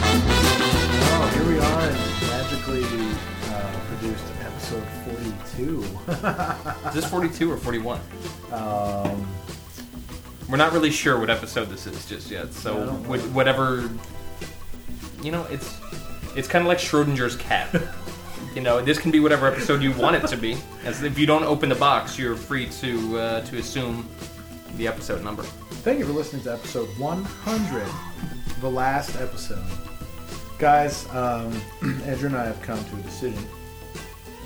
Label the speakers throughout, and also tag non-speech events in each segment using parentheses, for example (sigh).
Speaker 1: Oh, here we are in magically uh, produced episode 42.
Speaker 2: Is this 42 or 41?
Speaker 1: um,
Speaker 2: We're not really sure what episode this is just yet. So
Speaker 1: I don't know.
Speaker 2: wh- whatever, you know, it's it's kind of like Schrodinger's
Speaker 1: (laughs)
Speaker 2: cat. you know, this can be whatever episode you want it to be. As if you don't open the box, you're free to uh, to assume the episode number.
Speaker 1: (laughs) thank you for listening to episode 100, the last episode. Guys, um, (clears throat) Andrew and I have come to a decision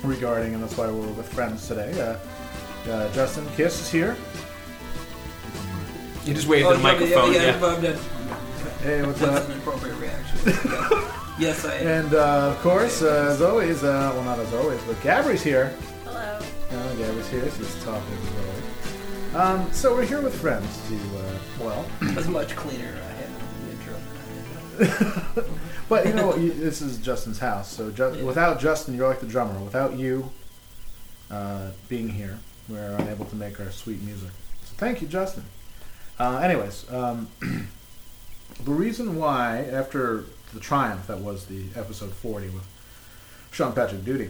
Speaker 1: regarding, and that's why we're with friends today. Uh, uh, Justin Kiss is here.
Speaker 2: You just waved
Speaker 3: Oh,
Speaker 2: at the microphone.
Speaker 3: Yeah,
Speaker 2: Yeah,
Speaker 3: yeah, yeah. I'm dead.
Speaker 1: Hey, what's
Speaker 3: That's (laughs)
Speaker 1: up?
Speaker 3: an appropriate reaction. Yeah. yes, I am.
Speaker 1: And uh, of course, uh, as always, uh, well, not as always, but Gabri's here.
Speaker 4: Hello.
Speaker 1: Uh, Gabri's here. She's talking. Um, so we're here with friends to, uh, well,
Speaker 3: That's much cleaner. I had the intro.
Speaker 1: But you know, you, this is Justin's house, so ju- without Justin, you're like the drummer. Without you uh, being here, we're unable to make our sweet music. So thank you, Justin. Uh, anyways, um, (clears throat) the reason why, after the triumph that was the episode 40 with Sean Patrick Duty,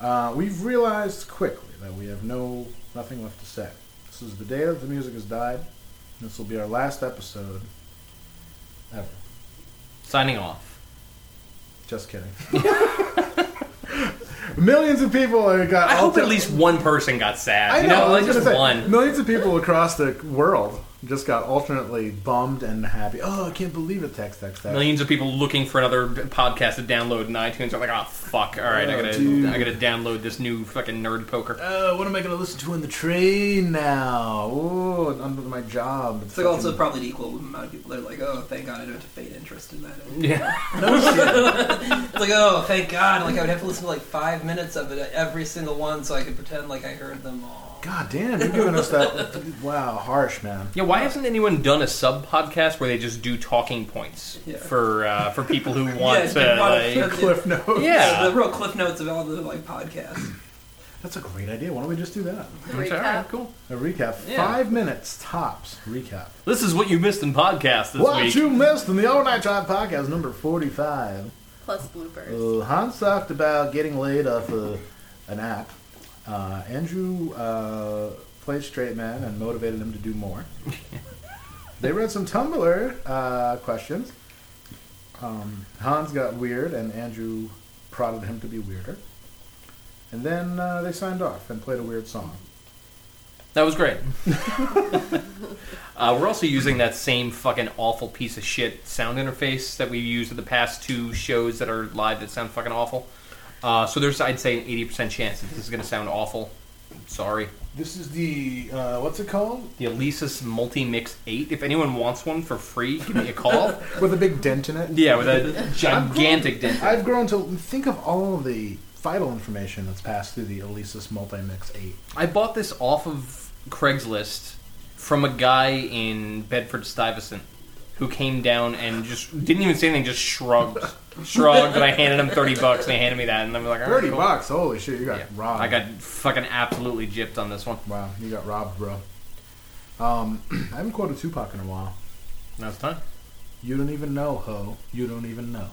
Speaker 1: uh, we've realized quickly that we have no nothing left to say. This is the day that the music has died. This will be our last episode ever.
Speaker 2: signing off.
Speaker 1: Just kidding. (laughs) Millions of people are got.
Speaker 2: I
Speaker 1: all
Speaker 2: hope at
Speaker 1: ti-
Speaker 2: least one person got sad.
Speaker 1: I
Speaker 2: you
Speaker 1: know. I
Speaker 2: like
Speaker 1: was
Speaker 2: just
Speaker 1: gonna say,
Speaker 2: one.
Speaker 1: Millions of people across the world just got alternately bummed and happy. Oh, I can't believe it! Text, text, text.
Speaker 2: Millions of people looking for another b- podcast to download in iTunes are like, oh fuck, all right,
Speaker 1: Oh,
Speaker 2: I gotta
Speaker 1: dude.
Speaker 2: I gotta download this new fucking nerd poker.
Speaker 1: Oh, what am I going to listen to on the train now? Oh, under my job.
Speaker 3: It's like also probably an equal amount of people that are like, oh, thank God I don't have to feign interest in that. (laughs)
Speaker 2: Yeah.
Speaker 3: It's like, oh, thank God. Like I would have to listen to like five minutes of it, every single one, so I could pretend like I heard them all.
Speaker 1: God damn, you're giving us that. Wow, harsh man.
Speaker 2: Yeah, why hasn't anyone done a sub podcast where they just do talking points
Speaker 3: Yeah.
Speaker 2: for uh, for
Speaker 1: (laughs)
Speaker 2: people who want
Speaker 3: it's been
Speaker 2: to?
Speaker 3: wild.
Speaker 2: uh, Like,
Speaker 3: Yeah.
Speaker 1: Cliff notes.
Speaker 2: Yeah.
Speaker 3: The real cliff notes of all the like podcasts.
Speaker 1: That's a great idea. Why don't we just do that?
Speaker 2: Which, all right, cool.
Speaker 1: A recap.
Speaker 2: Yeah.
Speaker 1: Five minutes tops. Recap.
Speaker 2: This is what you missed in podcast this
Speaker 1: What
Speaker 2: week.
Speaker 1: you missed in the All Night Drive podcast number 45.
Speaker 4: Plus bloopers.
Speaker 1: Uh, Hans talked about getting laid off uh, an app. Uh, Andrew uh, played straight man and motivated him to do (laughs) more. they read some Tumblr uh, questions. Um, Hans got weird and Andrew prodded him to be weirder. And then uh, they signed off and played a weird song.
Speaker 2: That was great. (laughs) uh, we're also using that same fucking awful piece of shit sound interface that we used in the past two shows that are live that sound fucking awful. Uh, so there's, I'd say, an eighty percent chance that this is going to sound awful. Sorry.
Speaker 1: This is the, uh, what's it called?
Speaker 2: The Alesis Multi Mix Eight. If anyone wants one for free, give me a call.
Speaker 1: With a big dent in it.
Speaker 2: yeah, with a gigantic dent.
Speaker 1: I've grown to think of all of the vital information that's passed through the Alesis Multimix 8.
Speaker 2: I bought this off of Craigslist from a guy in Bedford Stuyvesant who came down and just didn't even say anything,
Speaker 1: (laughs)
Speaker 2: just shrugged, shrugged, and I handed him thirty bucks, and he handed me that, and I'm like, all right,
Speaker 1: Thirty
Speaker 2: cool.
Speaker 1: bucks. Holy shit, you got
Speaker 2: Yeah.
Speaker 1: robbed.
Speaker 2: I got fucking absolutely gypped on this one.
Speaker 1: wow. You got robbed, bro. Um, (clears throat) I haven't quoted Tupac in a while.
Speaker 2: Now it's time.
Speaker 1: You don't even know, ho. You don't even know.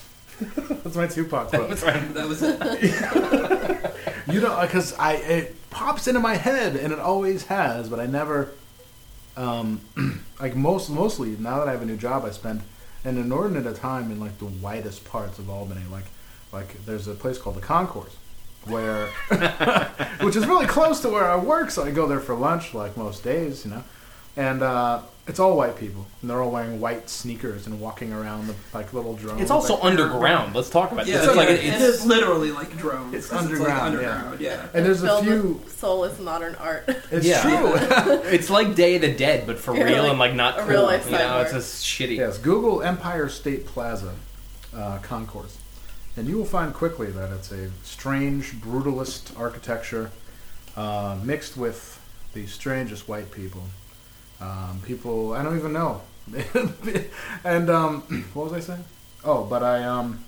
Speaker 1: (laughs) That's my Tupac quote.
Speaker 3: That was it.
Speaker 1: you know, because I it pops into my head, and it always has, but I never. Um, (clears throat) like most mostly now that I have a new job, I spend an inordinate of time in like the whitest parts of Albany. Like, like there's a place called the Concourse, where, (laughs) which is really close to where I work, so I go there for lunch like most days, you know, and uh, it's all white people, and they're all wearing white sneakers and walking around the like little drones.
Speaker 2: It's also
Speaker 1: like,
Speaker 2: underground. Let's talk about
Speaker 3: Yeah,
Speaker 2: this. It's like
Speaker 3: it,
Speaker 2: it-
Speaker 3: it
Speaker 2: it's,
Speaker 3: is literally like drones.
Speaker 1: It's
Speaker 3: 'cause
Speaker 1: underground,
Speaker 3: It's like
Speaker 1: yeah.
Speaker 3: underground. Yeah.
Speaker 1: and there's a
Speaker 4: Filled
Speaker 1: few.
Speaker 4: with soulless
Speaker 2: (laughs)
Speaker 4: modern art.
Speaker 1: It's
Speaker 2: Yeah.
Speaker 1: true.
Speaker 4: (laughs)
Speaker 2: it's like Day of the Dead, but for
Speaker 4: Yeah,
Speaker 2: real
Speaker 4: like
Speaker 2: and like not
Speaker 4: a
Speaker 2: cool.
Speaker 4: real life
Speaker 2: you know, it's
Speaker 4: cyborg.
Speaker 2: just shitty.
Speaker 1: Yes, Google Empire State Plaza uh, concourse, and you will find quickly that it's a strange, brutalist architecture uh, mixed with the strangest white people. Um, people I don't even know. (laughs) and um, (clears throat) what was I saying? Oh, but I um,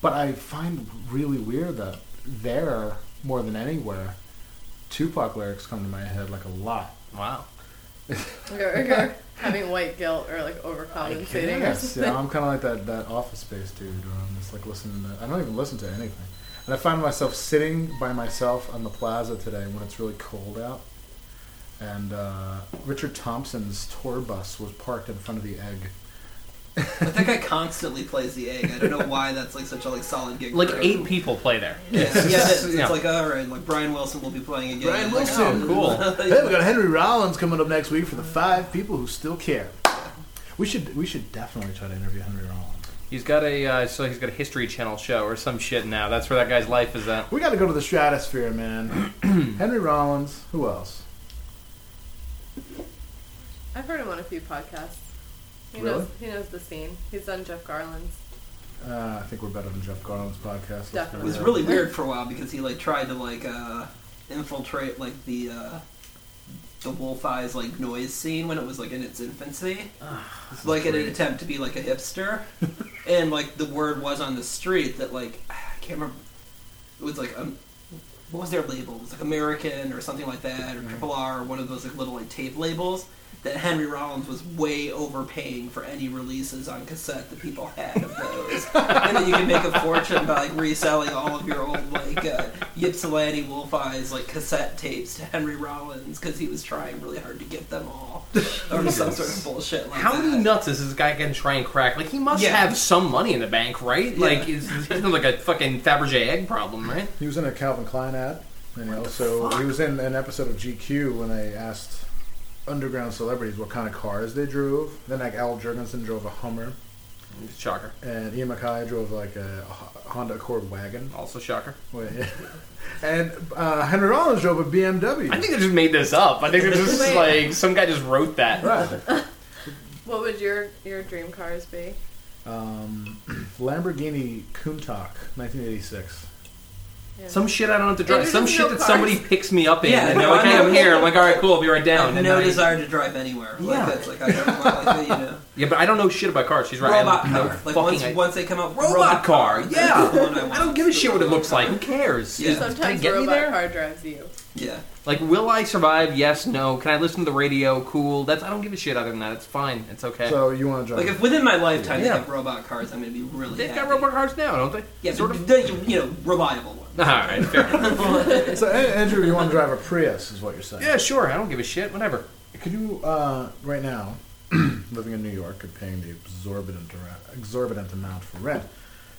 Speaker 1: but I find really weird that there more than anywhere, Tupac lyrics come to my head like a lot.
Speaker 2: Wow.
Speaker 4: You're, you're (laughs) having white guilt or like overcompensating or
Speaker 1: Yes,
Speaker 4: something.
Speaker 1: yeah, I'm kind of like that, that office space dude. Where I'm just like listening. To, I don't even listen to anything, and I find myself sitting by myself on the plaza today when it's really cold out. And uh, Richard Thompson's tour bus was parked in front of the egg.
Speaker 3: But that guy constantly plays the egg. I don't know why that's like such a like solid gig.
Speaker 2: Like
Speaker 3: for him.
Speaker 2: eight people play there.
Speaker 3: Yeah, yeah, it's, it's
Speaker 2: (laughs) Yeah.
Speaker 3: like all right, like Brian Wilson will be playing again.
Speaker 1: Brian
Speaker 3: Like,
Speaker 1: Wilson,
Speaker 3: (laughs) oh, cool.
Speaker 1: Hey, we got Henry Rollins coming up next week for the five people who still care. We should we should definitely try to interview Henry Rollins.
Speaker 2: He's got a uh, so he's got a History Channel show or some shit now. That's where that guy's life is at.
Speaker 1: We got to go to the stratosphere, man. (clears throat) Henry Rollins. Who else?
Speaker 4: I've heard him on a few podcasts. He
Speaker 1: Really?
Speaker 4: knows he knows the scene. He's done Jeff Garland's.
Speaker 1: Uh, I think we're better than Jeff Garland's podcast. Let's go
Speaker 4: Definitely.
Speaker 3: It was
Speaker 1: there.
Speaker 3: really weird for a while because he like tried to like uh, infiltrate like the uh, the Wolf Eyes like noise scene when it was like in its infancy,
Speaker 2: Ah,
Speaker 3: like in an attempt to be like a hipster, and like the word was on the street that like I can't remember it was like um, what was their label? It was like American or something like that or Triple R or one of those like little like tape labels. That Henry Rollins was way overpaying for any releases on cassette that people had of those, and then you can make a fortune by like reselling all of your old like uh, Ypsilanti Wolf Eyes like cassette tapes to Henry Rollins because he was trying really hard to get them all, or some sort of bullshit like
Speaker 2: How
Speaker 3: that.
Speaker 2: many nuts is this guy gonna try and crack? Like he must
Speaker 3: Yeah.
Speaker 2: have some money in the bank, right?
Speaker 3: Yeah.
Speaker 2: Like is he doesn't have, like a fucking Fabergé egg problem, right?
Speaker 1: He was in a Calvin Klein ad, and he also he was in an episode of GQ when they asked underground celebrities what kind of cars they drove. Then like Al Jurgensen drove a Hummer,
Speaker 2: Shocker.
Speaker 1: and Ian MacKay drove like a H- Honda Accord wagon, (laughs)
Speaker 2: Also shocker.
Speaker 1: Wait, and uh, Henry Rollins drove a BMW.
Speaker 2: I think they just made this up. I think it's just
Speaker 4: Wait.
Speaker 2: like some guy just wrote that.
Speaker 1: right.
Speaker 4: What would your your dream cars be?
Speaker 1: Um, Lamborghini Countach, 1986.
Speaker 2: Some shit I don't have to drive.
Speaker 4: There's
Speaker 2: Some
Speaker 4: just
Speaker 2: shit
Speaker 4: no
Speaker 2: that
Speaker 4: cars.
Speaker 2: somebody picks me up in.
Speaker 3: Yeah,
Speaker 2: and they're like,
Speaker 3: no,
Speaker 2: hey,
Speaker 3: no.
Speaker 2: I'm here. I'm like, all right, cool. I'll be right
Speaker 3: I
Speaker 2: down.
Speaker 3: have
Speaker 2: And
Speaker 3: no
Speaker 2: I-
Speaker 3: desire to drive anywhere.
Speaker 2: Yeah.
Speaker 3: Like that's like I don't want like you know
Speaker 2: Yeah, but I don't know shit about cars. She's (laughs) right. I
Speaker 3: robot
Speaker 2: have no
Speaker 3: car. Like
Speaker 2: fucking
Speaker 3: once,
Speaker 2: idea.
Speaker 3: once they come out, robot,
Speaker 2: robot, car.
Speaker 3: That's
Speaker 2: Yeah.
Speaker 3: the one want.
Speaker 2: I don't give a shit what it looks like. Who cares?
Speaker 3: Yeah.
Speaker 2: Is- can it
Speaker 4: Sometimes
Speaker 2: get me
Speaker 4: robot
Speaker 2: there?
Speaker 4: car drives you.
Speaker 3: Yeah,
Speaker 2: Like, will I survive? Yes, no. Can I listen to the radio? Cool. That's I don't give a shit other than that. It's fine. It's okay.
Speaker 1: So you want to drive?
Speaker 3: like if within my lifetime
Speaker 2: Yeah.
Speaker 3: they have robot cars, I'm gonna be really.
Speaker 2: They've
Speaker 3: happy.
Speaker 2: got robot cars now, don't they?
Speaker 3: Yeah,
Speaker 2: sort
Speaker 3: but
Speaker 2: of.
Speaker 3: the, you know, reliable one.
Speaker 2: (laughs) All right, fair enough.
Speaker 1: so An- Andrew, you want to drive a Prius, is what you're saying?
Speaker 2: Yeah, sure. I don't give a shit. Whatever.
Speaker 1: Could you, uh, right now, (clears throat) living in New York and paying the exorbitant, ar- exorbitant amount for rent,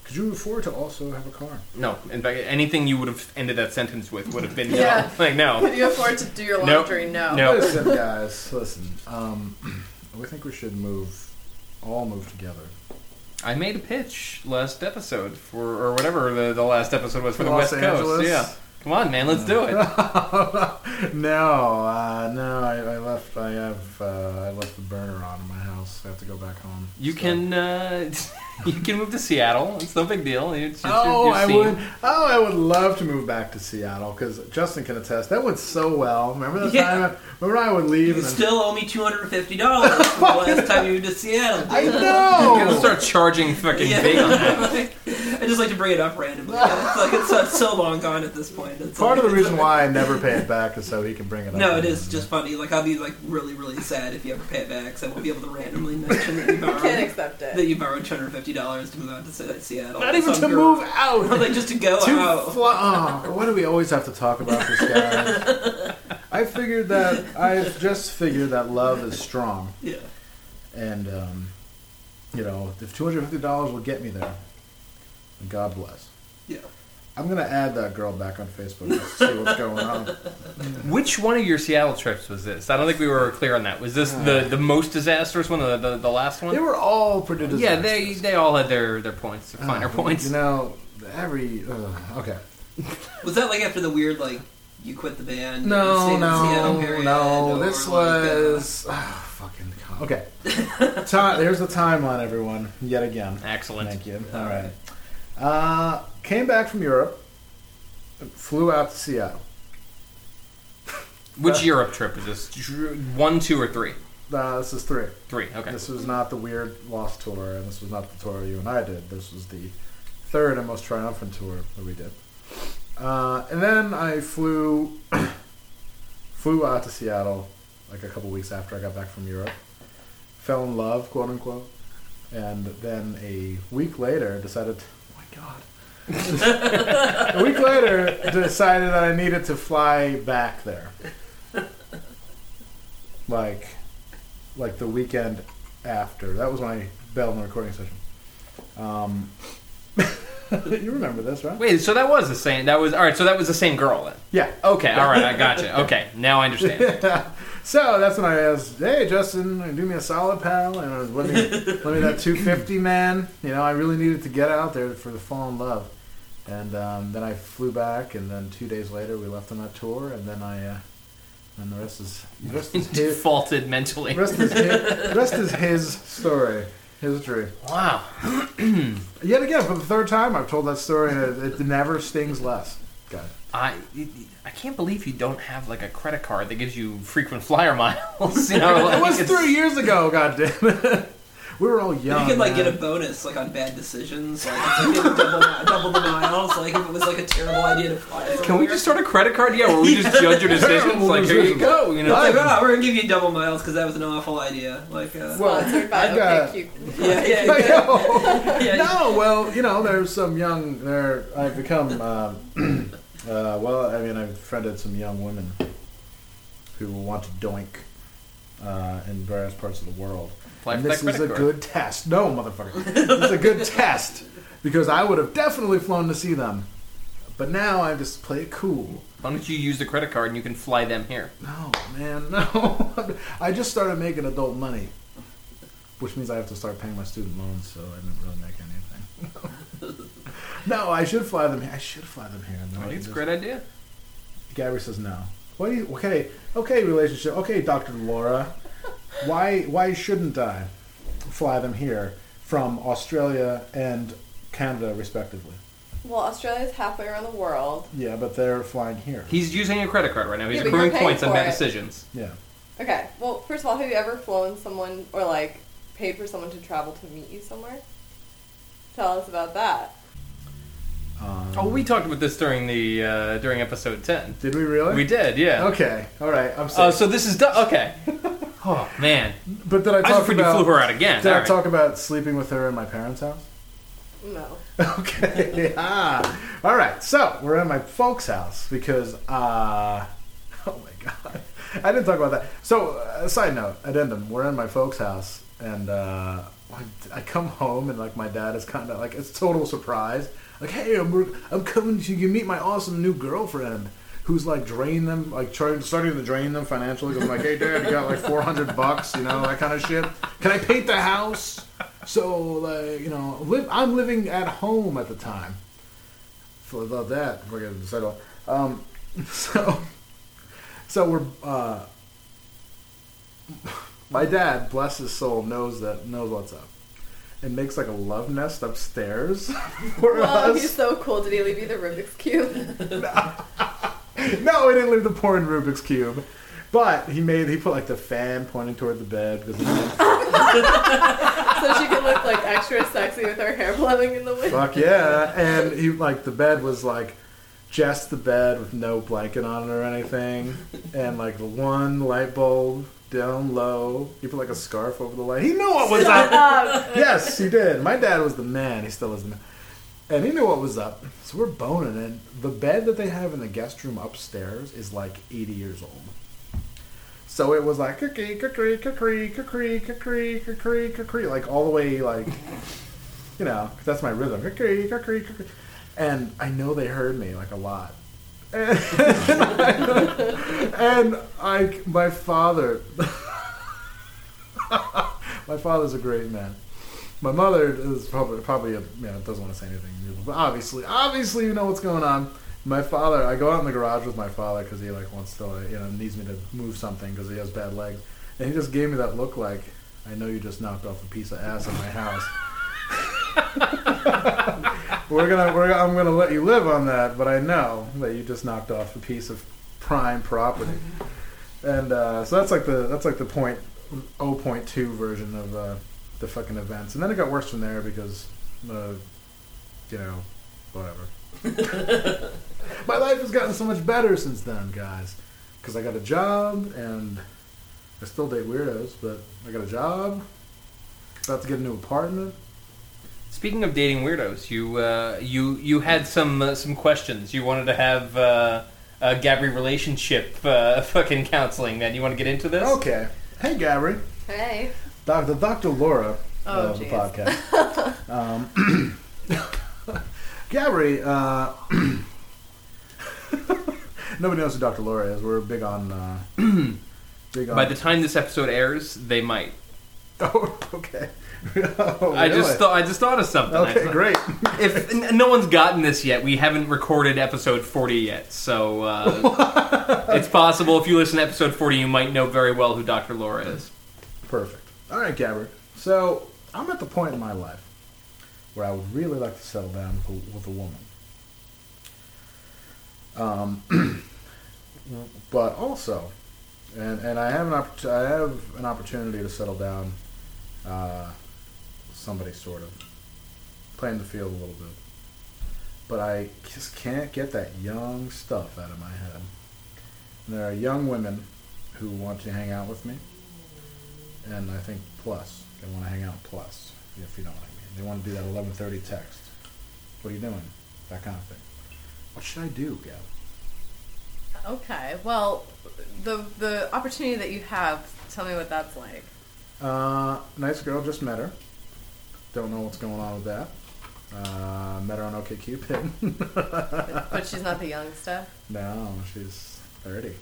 Speaker 1: could you afford to also have a car?
Speaker 2: No. In fact, anything you would have ended that sentence with would have been
Speaker 4: Yeah.
Speaker 2: no. (laughs) Like no.
Speaker 4: Could you afford to do your
Speaker 2: Nope.
Speaker 4: laundry? No.
Speaker 2: No.
Speaker 1: Listen, guys, (laughs) listen. Um, (clears throat) we think we should move, all move together.
Speaker 2: I made a pitch last episode for or whatever the, the last episode was for the
Speaker 1: Los
Speaker 2: West Coast.
Speaker 1: Angeles?
Speaker 2: Yeah. Come on, man. Let's do it.
Speaker 1: (laughs) no, uh, no, I, I left, I have, uh, I left the burner on in my house. I have to go back home.
Speaker 2: You
Speaker 1: So-
Speaker 2: can. Uh, (laughs) You can move to Seattle. It's no big deal. It's, it's,
Speaker 1: Oh,
Speaker 2: you're
Speaker 1: I
Speaker 2: seen.
Speaker 1: would. Oh, I would love to move back to Seattle because Justin can attest that went so well. Remember that
Speaker 3: Yeah.
Speaker 1: time? I, remember I would leave.
Speaker 3: You
Speaker 1: and-
Speaker 3: still owe me two hundred and fifty dollars from the last time you went to Seattle.
Speaker 1: I
Speaker 2: You're gonna
Speaker 1: know.
Speaker 2: start charging fucking
Speaker 3: Yeah.
Speaker 2: big on that.
Speaker 3: Like, (laughs) I just like to bring it up randomly. It's like it's, uh, so long gone at this point.
Speaker 1: (laughs)
Speaker 3: It's
Speaker 1: Part
Speaker 3: like-
Speaker 1: of the reason why I never pay it back is so he can bring it up.
Speaker 3: No, it is just funny. Like I'll be like really, really sad if you ever pay it back, because I won't be able to randomly
Speaker 2: (laughs)
Speaker 3: mention that you
Speaker 4: Can't
Speaker 3: borrowed
Speaker 4: accept
Speaker 3: that
Speaker 4: it.
Speaker 3: you borrowed two hundred fifty dollars to move out to Se- Seattle.
Speaker 1: Not even
Speaker 3: Some
Speaker 1: to
Speaker 3: girl-
Speaker 1: move out. (laughs)
Speaker 3: (laughs) like just to go
Speaker 1: Too
Speaker 3: out.
Speaker 1: fl- oh, why do we always have to talk about this guy?
Speaker 3: (laughs)
Speaker 1: I figured that I've just figured that love is strong,
Speaker 3: yeah.
Speaker 1: and um, you know, if two hundred fifty dollars will get me there, God bless.
Speaker 3: Yeah.
Speaker 1: I'm gonna add that girl back on Facebook to see what's going
Speaker 2: (laughs)
Speaker 1: on.
Speaker 2: (laughs) Which one of your Seattle trips was this? I don't think we were clear on that. Was this the, the most disastrous one, the, the, the last one?
Speaker 1: They were all pretty disastrous.
Speaker 2: yeah, they they all had their, their points, their
Speaker 1: Ah,
Speaker 2: finer points.
Speaker 1: You know, every uh, okay.
Speaker 3: Was that like after the weird like you quit the band? you stayed
Speaker 1: No,
Speaker 3: in
Speaker 1: no,
Speaker 3: Seattle period,
Speaker 1: no.
Speaker 3: or,
Speaker 1: This
Speaker 3: like, uh,
Speaker 1: was ah, fucking con- okay. Time. There's the timeline, everyone. Yet again.
Speaker 2: Excellent.
Speaker 1: Thank you. All right. Uh, came back from Europe. Flew out to Seattle.
Speaker 2: Which Europe trip was this? Dr- One, two, or three?
Speaker 1: Uh, this is three.
Speaker 2: Three. Okay.
Speaker 1: This was not the weird lost tour, and this was not the tour you and I did. This was the third and most triumphant tour that we did. Uh, and then I flew (coughs) flew out to Seattle like a couple weeks after I got back from Europe. Fell in love, quote unquote, and then a week later decided. oh my God. a week later, decided that I needed to fly back there. Like, like the weekend after. That was my bell in the recording session. Um, (laughs) you remember this, right?
Speaker 2: Wait, so that was the same. That was all right. So that was the same girl then.
Speaker 1: Yeah. Oh,
Speaker 2: Okay. All right. I gotcha. Okay. Now
Speaker 1: (laughs)
Speaker 2: I understand.
Speaker 1: So that's when I asked, "Hey, Justin, do me a solid, pal, and I was,
Speaker 3: (laughs)
Speaker 1: let me let me that 250, man. You know, I really needed to get out there for the fall in love." And um, then I flew back, and then two days later we left on that tour, and then I, uh, and the rest is the rest is
Speaker 3: (laughs)
Speaker 1: his,
Speaker 2: Defaulted mentally.
Speaker 1: the rest is his, the rest is his story, history.
Speaker 2: Wow.
Speaker 1: Yet again, for the third time, I've told that story, and it, it never stings less. God.
Speaker 2: I I can't believe you don't have like a credit card that gives you frequent flyer (laughs) miles. You know, like
Speaker 1: It was
Speaker 2: it's-
Speaker 1: three years ago. God it. (laughs) We were all young.
Speaker 3: You could like
Speaker 1: man.
Speaker 3: get a bonus like on bad decisions, like if you did double, double the miles, like if it was like a terrible idea to fly.
Speaker 2: Can we just start a credit card? Yeah, where we just judge your decisions.
Speaker 1: Terrible
Speaker 2: Like here you
Speaker 1: decisions.
Speaker 2: go. You know,
Speaker 3: Like, oh, we're gonna give you double miles because that was an awful idea. Like,
Speaker 2: (laughs)
Speaker 3: uh,
Speaker 4: Sponsored by
Speaker 1: I got-
Speaker 4: OKQ.
Speaker 3: yeah,
Speaker 1: (laughs)
Speaker 3: yeah,
Speaker 1: I
Speaker 3: yeah,
Speaker 1: know.
Speaker 3: (laughs)
Speaker 1: (laughs)
Speaker 3: yeah.
Speaker 1: no, well, you know, there's some young. There, I've become. Uh, (clears throat) uh, well, I mean, I've friended some young women who want to doink uh, in various parts of the world.
Speaker 2: Apply
Speaker 1: and
Speaker 2: for
Speaker 1: this
Speaker 2: that
Speaker 1: is a
Speaker 2: credit card.
Speaker 1: good test. No, motherfucker, this is a
Speaker 3: (laughs)
Speaker 1: good test because I would have definitely flown to see them, but now I just play it cool.
Speaker 2: why don't you use the credit card and you can fly them here?
Speaker 1: No, man, (laughs) no. I just started making adult money, which means I have to start paying my student loans, so I didn't really make anything. (laughs) no, I should fly them. here. I should fly them here. and then
Speaker 2: I
Speaker 1: I
Speaker 2: think
Speaker 1: can
Speaker 2: Oh, it's a
Speaker 1: just-
Speaker 2: great idea.
Speaker 1: Gabby says no. What do you? Okay, okay, relationship. Okay, Doctor Laura. Why? Why shouldn't I fly them here from Australia and Canada, respectively?
Speaker 4: Well, Australia's halfway around the world.
Speaker 1: Yeah, but they're flying here.
Speaker 2: He's using a credit card right now. He's
Speaker 4: Yeah, but
Speaker 2: accruing
Speaker 4: you're paying
Speaker 2: points on
Speaker 4: for
Speaker 2: bad
Speaker 4: it.
Speaker 2: decisions.
Speaker 1: Yeah.
Speaker 4: Okay. Well, first of all, have you ever flown someone or like paid for someone to travel to meet you somewhere? Tell us about that.
Speaker 1: Um,
Speaker 2: Oh, we talked about this during the uh, during episode ten.
Speaker 1: did we really?
Speaker 2: We did, yeah.
Speaker 1: Okay. All right. I'm sorry.
Speaker 2: Oh, so this is do- okay. (laughs) Oh man,
Speaker 1: but did I
Speaker 2: I just
Speaker 1: talk
Speaker 2: freaking
Speaker 1: about?
Speaker 2: flew her out again.
Speaker 1: Did I
Speaker 2: All right.
Speaker 1: talk about sleeping with her in my parents' house? (laughs)
Speaker 4: No.
Speaker 1: Okay. ah. All right. So we're in my folks' house because, uh, (laughs) oh my God. I didn't talk about that. So, uh, side note, addendum. We're in my folks' house and, uh, I- I come home and like my dad is kind of like it's total surprise. Like, hey, I'm I'm coming to you meet my awesome new girlfriend who's like draining them, like trying starting to drain them financially. 'cause I'm like, hey, dad, you got like 400 bucks, you know, that kind of shit. Can I paint the house? So like, you know, live, I'm living at home at the time. So about that, we're gonna settle. Um, (laughs) so, so we're. Uh, my dad, bless his soul, knows that knows what's up. and makes like a love nest upstairs (laughs) for
Speaker 4: Wow, he's
Speaker 1: us.
Speaker 4: so cool. Did he leave you the Rubik's cube?
Speaker 1: (laughs) No, he didn't leave the porn Rubik's cube, but he made he put like the fan pointing toward the bed because he-
Speaker 4: so she could look like extra sexy with her hair blowing in the wind.
Speaker 1: fuck yeah, and he like the bed was like just the bed with no blanket on it or anything, and like the one light bulb down low. He put like a scarf over the light. He knew what was up.
Speaker 4: Um,
Speaker 1: yes, he did. My dad was the man. He still is the man. And he knew what was up. So we're boning, and the bed that they have in the guest room upstairs is like 80 years old. So it was like kukri kukri kukri kukri kukri kukri kukri like all the way like you know 'cause that's my rhythm kukri kukri kukri, and I know they heard me like a lot, (laughs) and, and I my father (laughs) my father's a great man. My mother is probably probably a, you know doesn't want to say anything, but obviously, obviously you know what's going on. My father, I go out in the garage with my father because he like wants to like, you know needs me to move something because he has bad legs, and he just gave me that look like I know you just knocked off a piece of ass in my house. we're gonna we're, I'm gonna let you live on that, but I know that you just knocked off a piece of prime property, and uh, so that's like the that's like the point 0.2 version of uh, the fucking events, and then it got worse from there because, uh, you know, whatever. My life has gotten so much better since then, guys, because I got a job and I still date weirdos, but I got a job. About to get a new apartment.
Speaker 2: Speaking of dating weirdos, you uh, you you had some uh, some questions. You wanted to have uh, a Gabri relationship uh, (laughs) fucking counseling. Man, you want to get into this?
Speaker 1: Okay. Hey, Gabri.
Speaker 4: hey.
Speaker 1: Dr. Dr. Laura
Speaker 4: Oh,
Speaker 1: of the
Speaker 4: jeez.
Speaker 1: podcast.
Speaker 4: (laughs)
Speaker 1: um, (coughs) Gabri, uh, (coughs) nobody knows who Dr. Laura is. We're big on. Uh, (coughs) big on.
Speaker 2: By the time this episode airs, they might.
Speaker 1: (laughs) oh, okay. (laughs) Oh,
Speaker 2: I just
Speaker 1: really?
Speaker 2: thought I just thought of something. I
Speaker 1: Okay,
Speaker 2: thought-
Speaker 1: great.
Speaker 2: If n- no one's gotten this yet, we haven't recorded episode forty yet, so uh,
Speaker 1: (laughs)
Speaker 2: it's possible if you listen to episode forty, you might know very well who Dr. Laura is.
Speaker 1: Perfect. All right, Gabri. So I'm at the point in my life where I would really like to settle down with a, with a woman. Um, (clears throat) but also, and and I have an oppor- I have an opportunity to settle down, uh, with somebody sort of playing the field a little bit. But I just can't get that young stuff out of my head. And there are young women who want to hang out with me and I think plus they want to hang out plus if you know what I mean. They want to do that eleven thirty text. What are you doing? That kind of thing. What should I do, Gab?
Speaker 4: Okay. Well, the the opportunity that you have, tell me what that's like.
Speaker 1: Uh, nice girl, just met her. Don't know what's going on with that. Uh, met her on OKCupid.
Speaker 4: But she's not the young stuff.
Speaker 1: (laughs) no, she's thirty.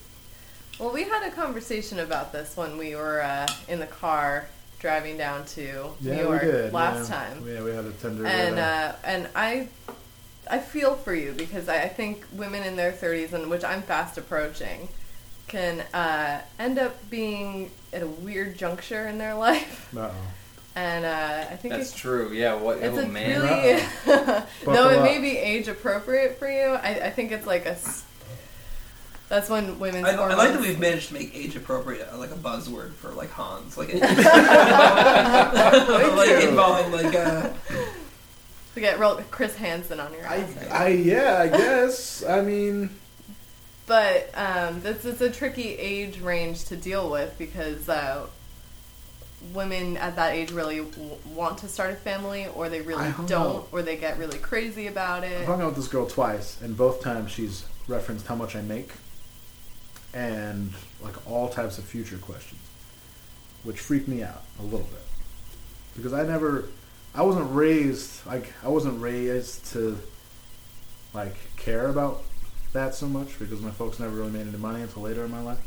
Speaker 4: Well, we had a conversation about this when we were uh, in the car driving down to New York last
Speaker 1: yeah.
Speaker 4: time.
Speaker 1: Yeah, we had a tender.
Speaker 4: and
Speaker 1: uh,
Speaker 4: uh, and I I feel for you because I, I think women in their 30s, and which I'm fast approaching, can uh, end up being at a weird juncture in their (laughs) life,
Speaker 1: uh-oh.
Speaker 4: and uh, I think
Speaker 2: That's
Speaker 4: it's,
Speaker 2: true. Yeah. What?
Speaker 4: it's
Speaker 2: oh
Speaker 4: a
Speaker 2: man.
Speaker 4: really (laughs) though
Speaker 1: Buckle
Speaker 4: it
Speaker 1: up.
Speaker 4: may be age appropriate for you. I, I think it's like a s- that's when women's
Speaker 3: I, I like that
Speaker 4: hormones-
Speaker 3: we've managed to make age appropriate uh, like a buzzword for like Hans, (laughs) like, like involving like uh,
Speaker 4: to get real Chris Hansen on your
Speaker 1: I,
Speaker 4: ass.
Speaker 1: I, yeah, I guess. I mean,
Speaker 4: But um, this is a tricky age range to deal with because uh, women at that age really w- want to start a family, or they
Speaker 1: I
Speaker 4: really
Speaker 1: don't
Speaker 4: don't,
Speaker 1: know.
Speaker 4: or they get really crazy about
Speaker 1: I
Speaker 4: it.
Speaker 1: hung out with this girl twice, and both times she's referenced how much I make, and like all types of future questions, which freaked me out a little bit, because I never, I wasn't raised like I wasn't raised to like care about that so much because my folks never really made any money until later in my life,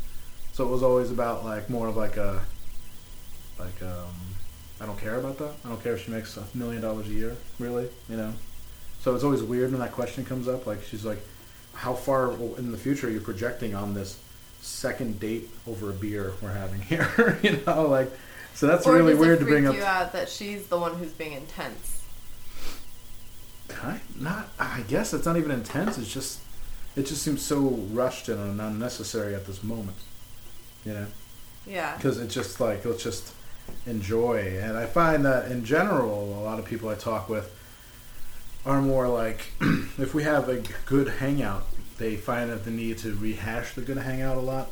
Speaker 1: so it was always about like more of like a like um I don't care about that. I don't care if she makes a million dollars a year, really, you know. So it's always weird when that question comes up. Like she's like, "How far in the future are you projecting on this second date over a beer we're having here?" (laughs) you know, like So that's
Speaker 4: or
Speaker 1: really
Speaker 4: does
Speaker 1: weird to
Speaker 4: it
Speaker 1: bring
Speaker 4: freak
Speaker 1: up.
Speaker 4: you out that she's the one who's being intense?
Speaker 1: Kind not. I guess it's not even intense. It's just, it just seems so rushed in and unnecessary at this moment. You know,
Speaker 4: Yeah.
Speaker 1: because it's just like let's just enjoy. And I find that in general, a lot of people I talk with are more like, (clears throat) if we have a g- good hangout, they find that the need to rehash the good hangout a lot.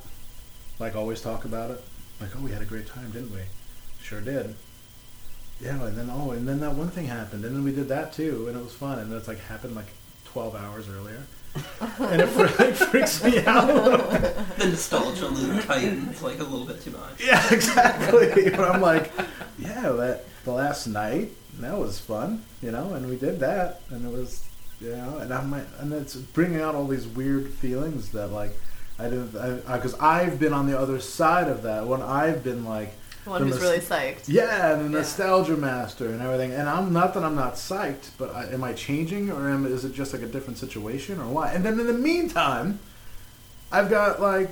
Speaker 1: Like always talk about it. Like, oh, we had a great time, didn't we? Sure did. Yeah, and then oh, and then that one thing happened, and then we did that too, and it was fun, and it's like happened like twelve hours earlier, (laughs) and it fr- like, freaks me out. a little bit.
Speaker 3: The nostalgia loop tightens like a little bit too much.
Speaker 1: Yeah, (laughs) exactly. but I'm like, yeah, that the last night that was fun, you know, and we did that, and it was, you know, and I'm like, and it's bringing out all these weird feelings that like I didn't, I because I've been on the other side of that when I've been like.
Speaker 4: The one
Speaker 1: the
Speaker 4: who's
Speaker 1: nos-
Speaker 4: really psyched.
Speaker 1: Yeah, and the
Speaker 4: Yeah.
Speaker 1: nostalgia master and everything. And I'm not that I'm not psyched, but I, am I changing or am is it just like a different situation or what? And then in the meantime, I've got like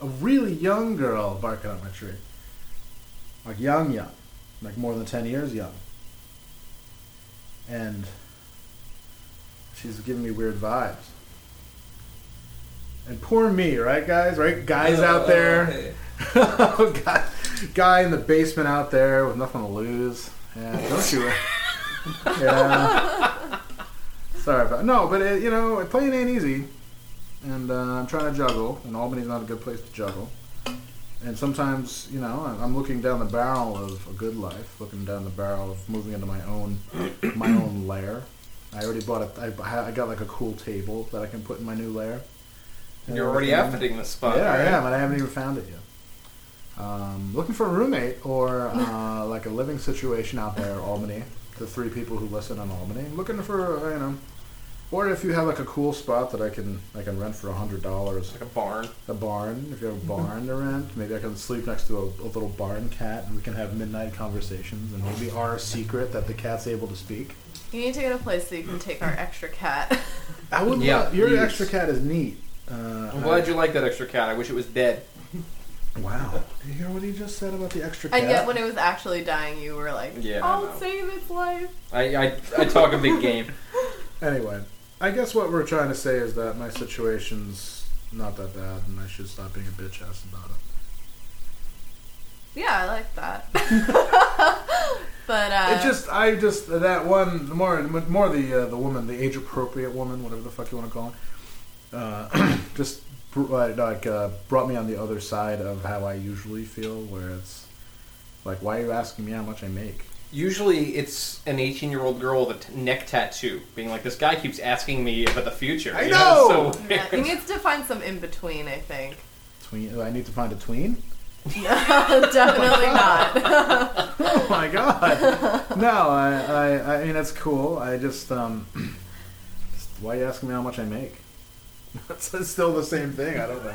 Speaker 1: a really young girl barking up my tree, like young, young, like more than ten years young, and she's giving me weird vibes. And poor me, right, guys? Right, guys out there.
Speaker 3: Uh, Okay.
Speaker 1: (laughs) guy, guy in the basement out there with nothing to lose. Yeah, don't you? yeah. Sorry about no, but it, you know, playing ain't easy, and uh, I'm trying to juggle, and Albany's not a good place to juggle. And sometimes, you know, I- I'm looking down the barrel of a good life, looking down the barrel of moving into my own, my own lair. I already bought a, I, I got like a cool table that I can put in my new lair. And
Speaker 2: You're already
Speaker 1: everything.
Speaker 2: outfitting the spot.
Speaker 1: Yeah,
Speaker 2: right?
Speaker 1: I am, and I haven't even found it yet. Um, looking for a roommate or
Speaker 2: (laughs)
Speaker 1: uh, like a living situation out there, Albany. The three people who listen on Albany, looking for uh, you know, or if you have like a cool spot that I can I can rent for a hundred dollars,
Speaker 2: Like a barn.
Speaker 1: a barn. If you
Speaker 2: Mm-hmm.
Speaker 1: have a barn to rent, maybe I can sleep next to a, a little barn cat, and we can have midnight conversations, and it'll be our secret that the cat's able to speak.
Speaker 4: You need to get a place so you can take our extra cat. (laughs)
Speaker 1: I would.
Speaker 2: Yeah,
Speaker 1: love, your
Speaker 2: please.
Speaker 1: extra cat is neat. Uh,
Speaker 2: I'm glad you like that extra cat. I wish it was dead.
Speaker 1: Wow. Did you hear what he just said about the extra cat?
Speaker 4: and yet, when it was actually dying, you were like,
Speaker 2: Yeah, I
Speaker 4: "I'll
Speaker 2: know.
Speaker 4: save its life."
Speaker 2: I, I, I talk a big game.
Speaker 1: Anyway, I guess what we're trying to say is that my situation's not that bad, and I should stop being a bitch ass about it.
Speaker 4: Yeah, I like
Speaker 1: (laughs)
Speaker 4: that. (laughs) but uh,
Speaker 1: it just, I just that one more, more the uh, the woman, the age appropriate woman, whatever the fuck you want to call her, uh, (clears throat) just br- like like, uh, brought me on the other side of how I usually feel, where it's like, why are you asking me how much I make?
Speaker 2: Usually, it's an 18 year old girl with a t- neck tattoo being like, this guy keeps asking me about the future.
Speaker 1: I
Speaker 2: you
Speaker 1: know!
Speaker 2: So
Speaker 4: yeah, he needs to find some in between. I think.
Speaker 1: Tween, I need to find a tween.
Speaker 4: Definitely not.
Speaker 1: oh my god! No, I, I, I mean that's cool. I just, um, just- why you asking me how much I make? (laughs) That's it's still the same thing. I don't know.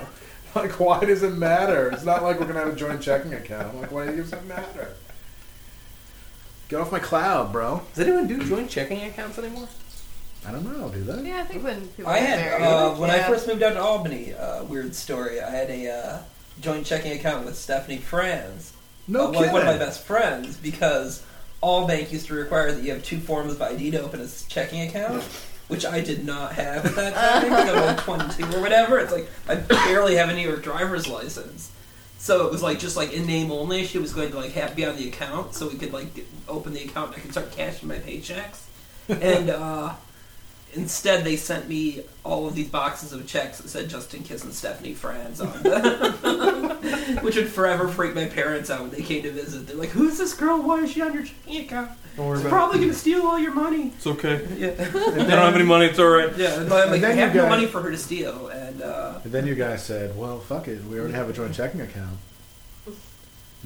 Speaker 1: Like, why does it matter? It's not like we're gonna have a joint checking account. Like, why does it matter? Get off my cloud, bro.
Speaker 2: Does anyone do joint checking accounts anymore?
Speaker 1: I don't know. Do they?
Speaker 4: Yeah, I think when people
Speaker 3: I
Speaker 4: get
Speaker 3: had
Speaker 4: married,
Speaker 3: uh, when I
Speaker 4: yeah.
Speaker 3: first moved out to Albany. Uh, weird story. I had a uh, joint checking account with Stephanie Franz,
Speaker 1: No
Speaker 3: uh,
Speaker 1: kidding.
Speaker 3: like one of my best friends, because all bank used to require that you have two forms of ID to open a s- checking account, which I did not have at that time because I
Speaker 1: (laughs)
Speaker 3: was like 22 or whatever. It's like I barely have any driver's license. So it was like just like in name only. She was going to like have me on the account so we could like get, open the account and I could start cashing
Speaker 1: (laughs)
Speaker 3: my paychecks. and uh, instead, they sent me all of these boxes of checks that said Justin Kiss and Stephanie Franz
Speaker 1: (laughs)
Speaker 3: on them, (laughs) which would forever freak my parents out when they came to visit. They're like, "Who's this girl? Why is she on your checking account?
Speaker 2: Don't worry
Speaker 3: She's probably gonna steal all your money."
Speaker 2: It's okay.
Speaker 3: (laughs) Yeah,
Speaker 2: I don't have any money. It's all right.
Speaker 3: yeah. And I'm
Speaker 1: And
Speaker 3: like, I
Speaker 1: then you
Speaker 3: have no
Speaker 1: got-
Speaker 3: money for her to steal, and uh,
Speaker 1: And then you guys said, "Well, fuck it. We already have a joint checking account." And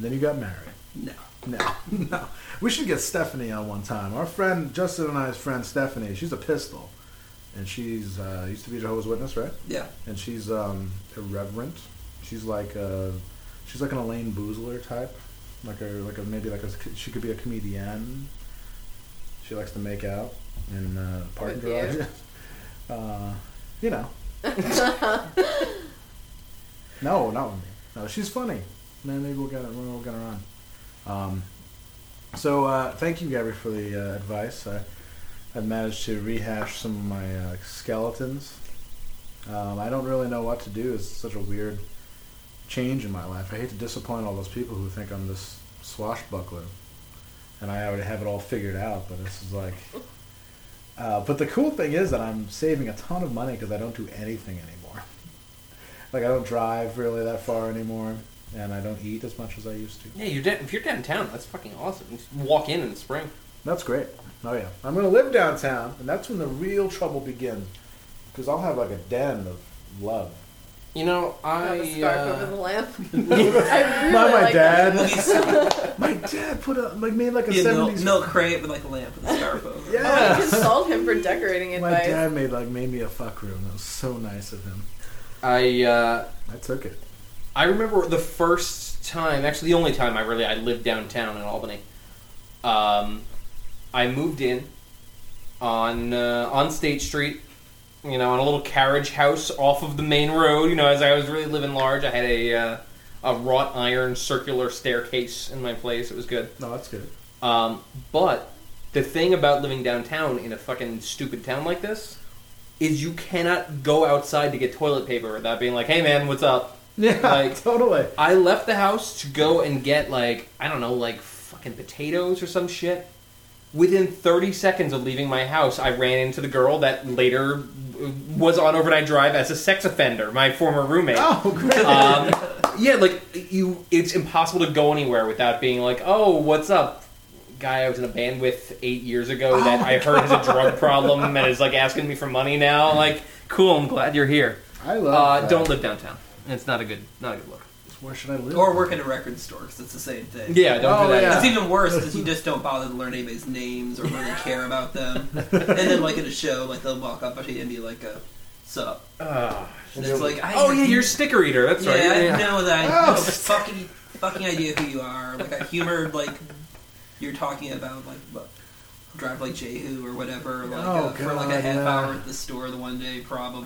Speaker 1: then you got married.
Speaker 3: no.
Speaker 1: No, (laughs) no. We should get Stephanie on one time. Our friend Justin and I's friend Stephanie. She's a pistol, and she's uh, used to be a Jehovah's Witness, right?
Speaker 3: Yeah,
Speaker 1: And she's um, irreverent. She's like a, she's like an Elaine Boozler type, like a like a maybe like a she could be a comedian. She likes to make out and uh, part
Speaker 4: With
Speaker 1: drive.
Speaker 4: you.
Speaker 1: (laughs) Uh, you
Speaker 4: (laughs)
Speaker 1: know. no, not with me. No, she's funny. Man, maybe we'll get her, we'll get her on. Um, so uh, thank you, Gabby, for the uh, advice. I, I've managed to rehash some of my uh, skeletons. Um, I don't really know what to do. It's such a weird change in my life. I hate to disappoint all those people who think I'm this swashbuckler, and I already have it all figured out. But this is like. Uh, but the cool thing is that I'm saving a ton of money because I don't do anything anymore. like I don't drive really that far anymore, and I don't eat as much as I used to.
Speaker 2: Yeah, you're da- if you're downtown, that's fucking awesome. You just walk in in the spring.
Speaker 1: That's great. Oh yeah, I'm gonna live downtown, and that's when the real trouble begins, because I'll have like a den of love.
Speaker 2: You know,
Speaker 4: I have
Speaker 2: I.
Speaker 4: a scarf
Speaker 2: uh,
Speaker 4: over the lamp. (laughs) I really
Speaker 1: Not my
Speaker 4: like
Speaker 1: dad.
Speaker 2: (laughs)
Speaker 4: that.
Speaker 1: My dad put a like made like a
Speaker 3: Yeah, milk,
Speaker 1: seventies.
Speaker 3: milk crate with like a lamp with a scarf over.
Speaker 4: I want to
Speaker 1: Yeah.
Speaker 4: consult him for decorating
Speaker 1: My
Speaker 4: advice.
Speaker 1: dad made like made me a fuck room. That was so nice of him.
Speaker 2: I uh,
Speaker 1: I took it.
Speaker 2: I remember the first time, actually the only time I really I lived downtown in Albany. Um, I moved in on uh, on State Street, you know, in a little carriage house off of the main road. You know, as I was really living large, I had a uh, a wrought iron circular staircase in my place. It was good.
Speaker 1: No, that's good.
Speaker 2: Um, but the thing about living downtown in a fucking stupid town like this is you cannot go outside to get toilet paper without being like, "Hey man, what's up?"
Speaker 1: Yeah, (laughs)
Speaker 2: Like-
Speaker 1: totally.
Speaker 2: I left the house to go and get like I don't know, like fucking potatoes or some shit. Within 30 seconds of leaving my house, I ran into the girl that later w- was on overnight drive as a sex offender, my former roommate.
Speaker 1: Oh, great.
Speaker 2: Um, yeah, like you, it's impossible to go anywhere without being like, "Oh, what's up, guy? I was in a band with eight years ago
Speaker 1: Oh,
Speaker 2: that I heard has a drug problem and is like asking me for money now. Like, cool. I'm glad you're here.
Speaker 1: I love.
Speaker 2: Uh,
Speaker 1: that.
Speaker 2: don't live downtown. It's not a good, not a good look.
Speaker 1: Where should I live?
Speaker 3: Or work in a record store because it's the same thing.
Speaker 2: Yeah, don't
Speaker 1: Oh,
Speaker 2: do that.
Speaker 1: yeah.
Speaker 3: It's even worse because you just don't bother to learn anybody's names or really care about them. And then, like at a show, like they'll walk up to you and be like, uh, "Sup?" And it's like,
Speaker 2: Ah.
Speaker 3: I
Speaker 2: oh yeah, you're a sticker eater. That's
Speaker 3: Yeah,
Speaker 2: right.
Speaker 3: I
Speaker 2: Yeah,
Speaker 3: know that. I
Speaker 1: (laughs) Oh.
Speaker 3: have no fucking fucking idea who you are. Like I humored like you're talking about like what, drive like Jehu or whatever. Like
Speaker 1: Oh,
Speaker 3: uh, for like a
Speaker 1: God,
Speaker 3: half
Speaker 1: yeah.
Speaker 3: hour at the store the one day probably.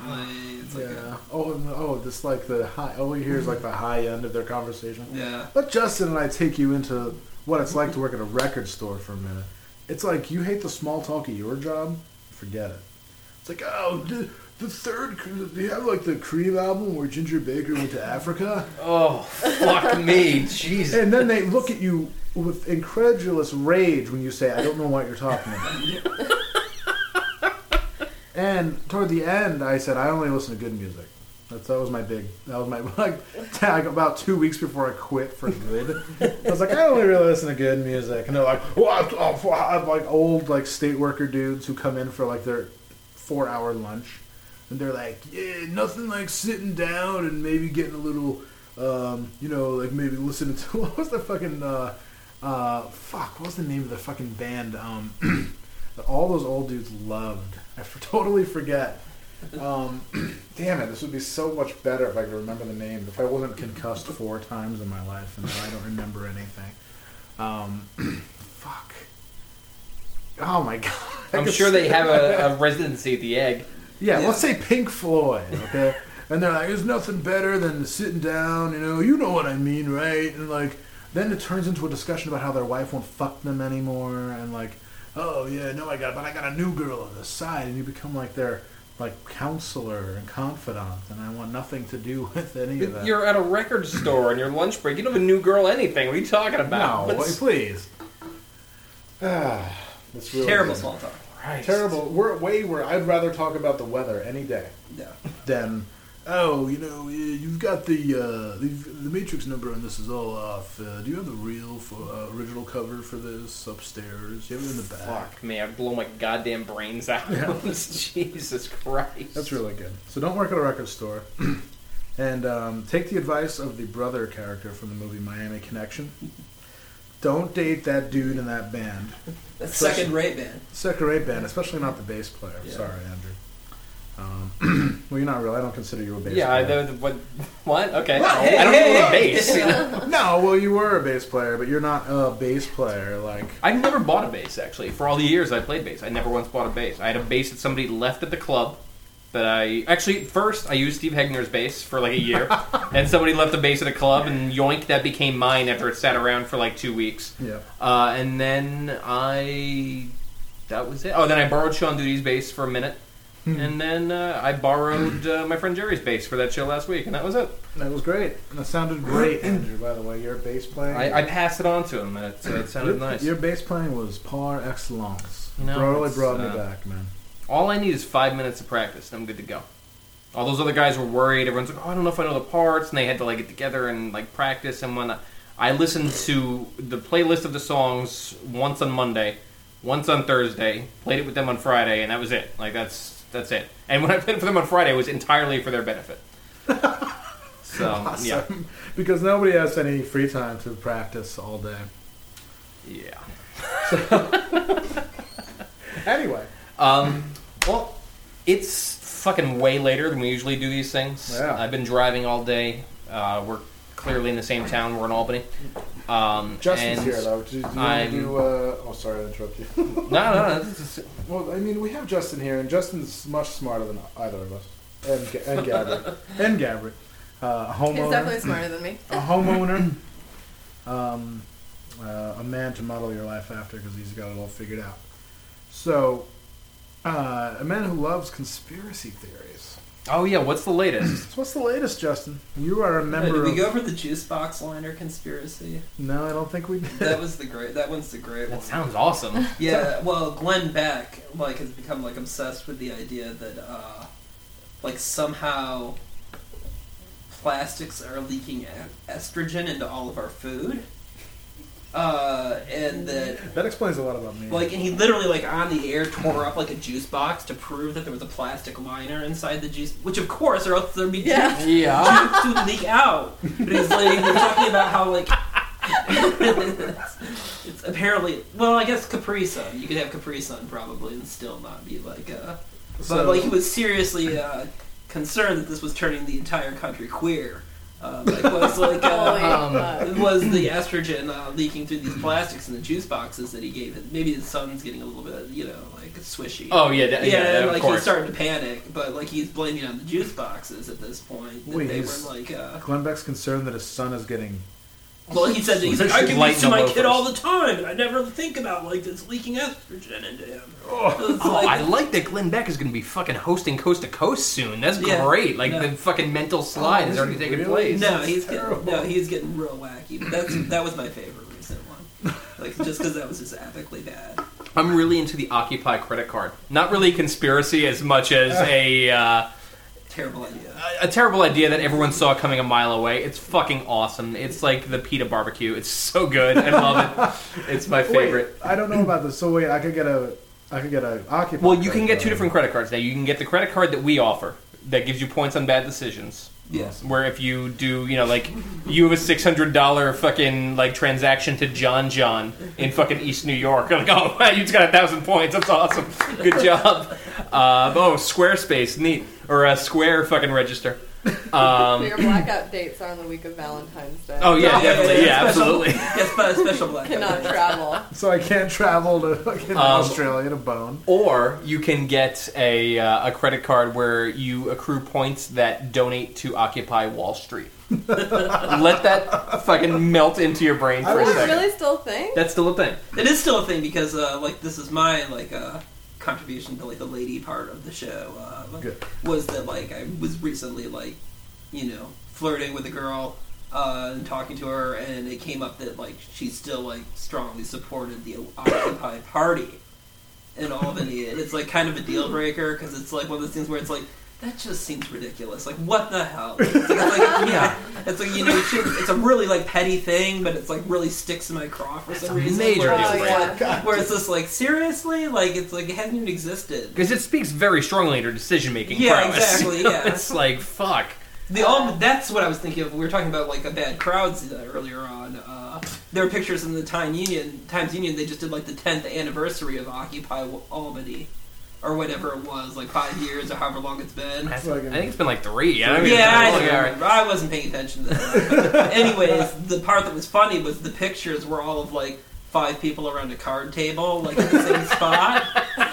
Speaker 3: It's like
Speaker 1: Yeah. Oh, and- oh, this like the high. All you hear is like the high end of their conversation.
Speaker 3: A, yeah.
Speaker 1: Let Justin and I take you into what it's like to work at a record store for a minute. It's like you hate the small talk of your job, forget it. It's like, oh, the, the third, do you have like the Cream album where Ginger Baker went to Africa?
Speaker 2: Oh fuck me, Jesus.
Speaker 1: And then they look at you with incredulous rage when you say, I don't know what you're talking about. and toward the end, I said, I only listen to good music. That's, that was my big, that was my, (laughs) like, tag about two weeks before I quit for good. I was like, I only really listen to good music. And they're like, what? Oh, f- I'm like old, like, state worker dudes who come in for, like, their four hour lunch. And they're like, yeah, nothing like sitting down and maybe getting a little, um, you know, like maybe listening to (laughs) what was the fucking uh, uh, fuck? What was the name of the fucking band um, (clears throat) that all those old dudes loved? I for, (laughs) totally forget. Um, (clears throat) damn it, this would be so much better if I could remember the name. If I wasn't concussed four times in my life and I don't remember anything. Um, (clears throat) fuck. Oh my (laughs) god. I
Speaker 2: I'm
Speaker 1: could
Speaker 2: sure they
Speaker 1: see-
Speaker 2: have a, a residency at the egg.
Speaker 1: yeah, let's say Pink Floyd, (laughs) okay? and they're like, there's nothing better than sitting down, you know, you know what I mean, right? And like, then it turns into a discussion about how their wife won't fuck them anymore, and like, oh yeah, no, I got, but I got a new girl on the side, and you become like their like counselor and confidant, and I want nothing to do (laughs) with any of that.
Speaker 2: You're at a record store on your lunch break. You don't have a new girl anything. What are you talking about?
Speaker 1: no, wait,
Speaker 2: Let's-
Speaker 1: please. (sighs) Ah, that's really
Speaker 3: Terrible
Speaker 1: good.
Speaker 3: small talk.
Speaker 2: Christ.
Speaker 1: Terrible. We're way where I'd rather talk about the weather any day.
Speaker 3: Yeah.
Speaker 1: Then, oh, you know, uh, you've got the uh, the, the Matrix number on this is all off. Uh, do you have the real for, uh, original cover for this upstairs? Do you have it in the back?
Speaker 2: Fuck me, I blow my goddamn brains out. (laughs) Jesus Christ.
Speaker 1: That's really good. So don't work at a record store, (clears throat) and um, take the advice of the brother character from the movie Miami
Speaker 2: (laughs)
Speaker 1: Connection. Don't date that dude in that band,
Speaker 3: That's second rate band.
Speaker 1: second rate band, especially not the bass player.
Speaker 3: Yeah.
Speaker 1: Sorry, Andrew. Um, (clears throat) well, you're not real. I don't consider you a bass.
Speaker 2: Yeah, I,
Speaker 1: player.
Speaker 2: the, the, what? What? Okay.
Speaker 3: hey,
Speaker 2: I don't
Speaker 3: hey,
Speaker 2: know the
Speaker 3: hey.
Speaker 2: bass.
Speaker 1: No, well, you were a bass player, but you're not a bass player. Like,
Speaker 2: I've never bought a bass actually. For all the years I played bass, I never once bought a bass. I had a bass that somebody left at the club, But I actually first I used Steve Hegner's bass for like a year, and somebody left the bass at a club, and yoink, that became mine after it sat around for like two weeks.
Speaker 1: Yeah.
Speaker 2: Uh, and then I, that was it. Oh, then I borrowed Sean Duty's bass for a minute, and then uh, I borrowed uh, my friend Jerry's bass for that show last week, and that was it.
Speaker 1: That was great. That sounded
Speaker 2: (clears throat)
Speaker 1: great, Andrew. By the way, your bass playing.
Speaker 2: I, I passed it on to him. and It, uh, it
Speaker 1: your,
Speaker 2: sounded nice.
Speaker 1: Your bass playing was par excellence.
Speaker 2: You know,
Speaker 1: Broadway
Speaker 2: it's,
Speaker 1: brought
Speaker 2: uh,
Speaker 1: me back, man.
Speaker 2: All I need is five minutes of practice, and I'm good to go. All those other guys were worried. Everyone's like, "Oh, I don't know if I know the parts," and they had to like get together and like practice and whatnot. I listened to the playlist of the songs once on Monday, once on Thursday, played it with them on Friday, and that was it. Like that's that's it. And when I played it for them on Friday, it was entirely for their benefit. so yeah,
Speaker 1: (laughs) Because nobody has any free time to practice all day.
Speaker 2: yeah.
Speaker 1: Anyway,
Speaker 2: Um, well, it's fucking way later than we usually do these things.
Speaker 1: Yeah.
Speaker 2: I've been driving all day. Uh, we're clearly in the same town. We're in Albany. Um,
Speaker 1: Justin's
Speaker 2: and-
Speaker 1: here, though. Do, do you want to
Speaker 2: I'm-
Speaker 1: do? Uh, oh, sorry to interrupt you. (laughs)
Speaker 2: No, no, no. This is,
Speaker 1: well, I mean, we have Justin here, and Justin's much smarter than either of us, and Ga- and
Speaker 2: (laughs)
Speaker 1: Gabriel, and Gabriel, uh, a
Speaker 4: He's
Speaker 1: homeowner,
Speaker 4: definitely smarter than me.
Speaker 1: a homeowner, um, uh, a man to model your life after because he's got it all figured out. So, uh, a man who loves conspiracy theories.
Speaker 2: oh yeah. What's the latest?
Speaker 1: So, what's the latest, Justin? You are a
Speaker 3: Hey,
Speaker 1: member.
Speaker 3: did we
Speaker 1: of,
Speaker 3: go over the juice box liner conspiracy?
Speaker 1: (laughs) No, I don't think we did.
Speaker 3: That was the great. That one's the great one.
Speaker 2: that sounds awesome.
Speaker 3: Yeah, well, Glenn Beck like has become like obsessed with the idea that uh, like somehow plastics are leaking e- estrogen into all of our food, uh, and that
Speaker 1: That explains a lot about me.
Speaker 3: like and he literally like on the air tore up like a juice box to prove that there was a plastic liner inside the juice, which of course, or else there'd be
Speaker 4: Yeah.
Speaker 2: Yeah.
Speaker 3: juice Um, to leak out. But it's like they're talking about how like. (laughs) it's, it's apparently well, I guess Capri Sun. You could have Capri Sun probably and still not be like uh But
Speaker 1: So-
Speaker 3: like he was seriously uh, concerned that this was turning the entire country queer. Uh, like was like
Speaker 4: Holy
Speaker 3: uh,
Speaker 4: (laughs) fuck.
Speaker 3: it was the estrogen uh, leaking through these plastics in the juice boxes that he gave it. Maybe his son's getting a little bit, you know, like swishy.
Speaker 2: Oh yeah. That, yeah.
Speaker 3: yeah,
Speaker 2: that-
Speaker 3: and,
Speaker 2: of
Speaker 3: like
Speaker 2: course.
Speaker 3: he's starting to panic, but like he's blaming it on the juice boxes at this point. That
Speaker 1: Wait,
Speaker 3: they
Speaker 1: he's-
Speaker 3: were like, uh,
Speaker 1: Glenn Beck's concerned that his son is getting.
Speaker 3: well, he said that he's
Speaker 2: We
Speaker 3: like, I
Speaker 2: should
Speaker 3: give
Speaker 2: lighten
Speaker 3: these to my
Speaker 2: the
Speaker 3: kid
Speaker 2: loafers."
Speaker 3: all the time, and I never think about like this leaking estrogen into him. It's
Speaker 2: Oh,
Speaker 3: like-
Speaker 2: I like that Glenn Beck is going to be fucking hosting Coast to Coast soon. That's
Speaker 3: Yeah.
Speaker 2: great. Like
Speaker 3: No.
Speaker 2: the fucking mental slide
Speaker 1: Oh, is
Speaker 2: is already
Speaker 1: he
Speaker 2: taking
Speaker 1: really?
Speaker 2: place.
Speaker 3: No, he's
Speaker 1: terrible.
Speaker 3: getting, no, he's getting real wacky. But that's that was my favorite recent one. Like just because that was just epically bad.
Speaker 2: I'm really into the Occupy credit card. Not really conspiracy as
Speaker 1: (laughs)
Speaker 2: much as a uh,
Speaker 3: Terrible idea.
Speaker 2: a terrible idea that everyone saw coming a mile away. It's fucking awesome. It's like the pita barbecue. It's so good. I love (laughs) it. It's my favorite.
Speaker 1: Wait, I don't know about this. So wait, I could get a, I could get a occupy.
Speaker 2: Well, you can
Speaker 1: card,
Speaker 2: get
Speaker 1: uh,
Speaker 2: two different credit cards now. You can get the credit card that we offer that gives you points on bad decisions.
Speaker 3: Yes.
Speaker 2: Where if you do, you know, like you have a six hundred dollar fucking like transaction to John John in fucking East New York, (laughs) you're like, oh, wow, you just got a thousand points. That's awesome. Good job. Uh, oh, Squarespace, neat, or a Square fucking register.
Speaker 4: So
Speaker 2: Um,
Speaker 4: your blackout dates are on the week of Valentine's Day.
Speaker 2: oh yeah,
Speaker 3: Yeah, yeah,
Speaker 2: definitely,
Speaker 3: yeah,
Speaker 2: yeah,
Speaker 3: special-
Speaker 2: absolutely.
Speaker 3: Yes, but a special black.
Speaker 4: Cannot
Speaker 3: guy.
Speaker 4: travel.
Speaker 1: So I can't travel to fucking
Speaker 2: Um,
Speaker 1: Australia to bone.
Speaker 2: Or you can get a, uh, a credit card where you accrue points that donate to Occupy Wall
Speaker 3: (laughs)
Speaker 2: Street. Let that fucking melt into your brain (laughs) for
Speaker 1: I
Speaker 2: a
Speaker 1: was
Speaker 4: Is
Speaker 2: second.
Speaker 4: it really still a thing?
Speaker 2: That's still a thing.
Speaker 3: It is still a thing because uh, like this is my like uh, contribution to like the lady part of the show uh, like,
Speaker 1: Good.
Speaker 3: was that like I was recently like you know flirting with a girl uh, and talking to her and it came up that like she still like strongly supported the Occupy Party and all of it and it's like kind of a deal breaker because it's like one of those things where it's like. That just seems ridiculous. Like, what the hell? It's like, it's like, yeah, it's like you know, it's, it's a really like petty thing, but it's like really sticks in my craw for some reason.
Speaker 2: major
Speaker 3: where it's
Speaker 2: deal
Speaker 3: just,
Speaker 2: breaker.
Speaker 3: like, where it's just like seriously, like it's like it hasn't even existed.
Speaker 2: Because it speaks very strongly to decision making
Speaker 3: Yeah,
Speaker 2: prowess.
Speaker 3: exactly,
Speaker 2: You know, (laughs)
Speaker 3: yeah.
Speaker 2: It's like, fuck.
Speaker 3: The um, that's what I was thinking of. We were talking about like a bad crowds uh, earlier on. Uh, there were pictures in the Time Union, Times Union. They just did like the 10th anniversary of Occupy Albany, or whatever it was, like five years or however long it's been.
Speaker 2: I think it's been like three. I don't even
Speaker 3: Yeah, I,
Speaker 2: know.
Speaker 3: don't
Speaker 2: Like, all right.
Speaker 3: remember. I wasn't paying attention to that. But anyways, the part that was funny was the pictures were all of like five people around a card table, like in the same spot,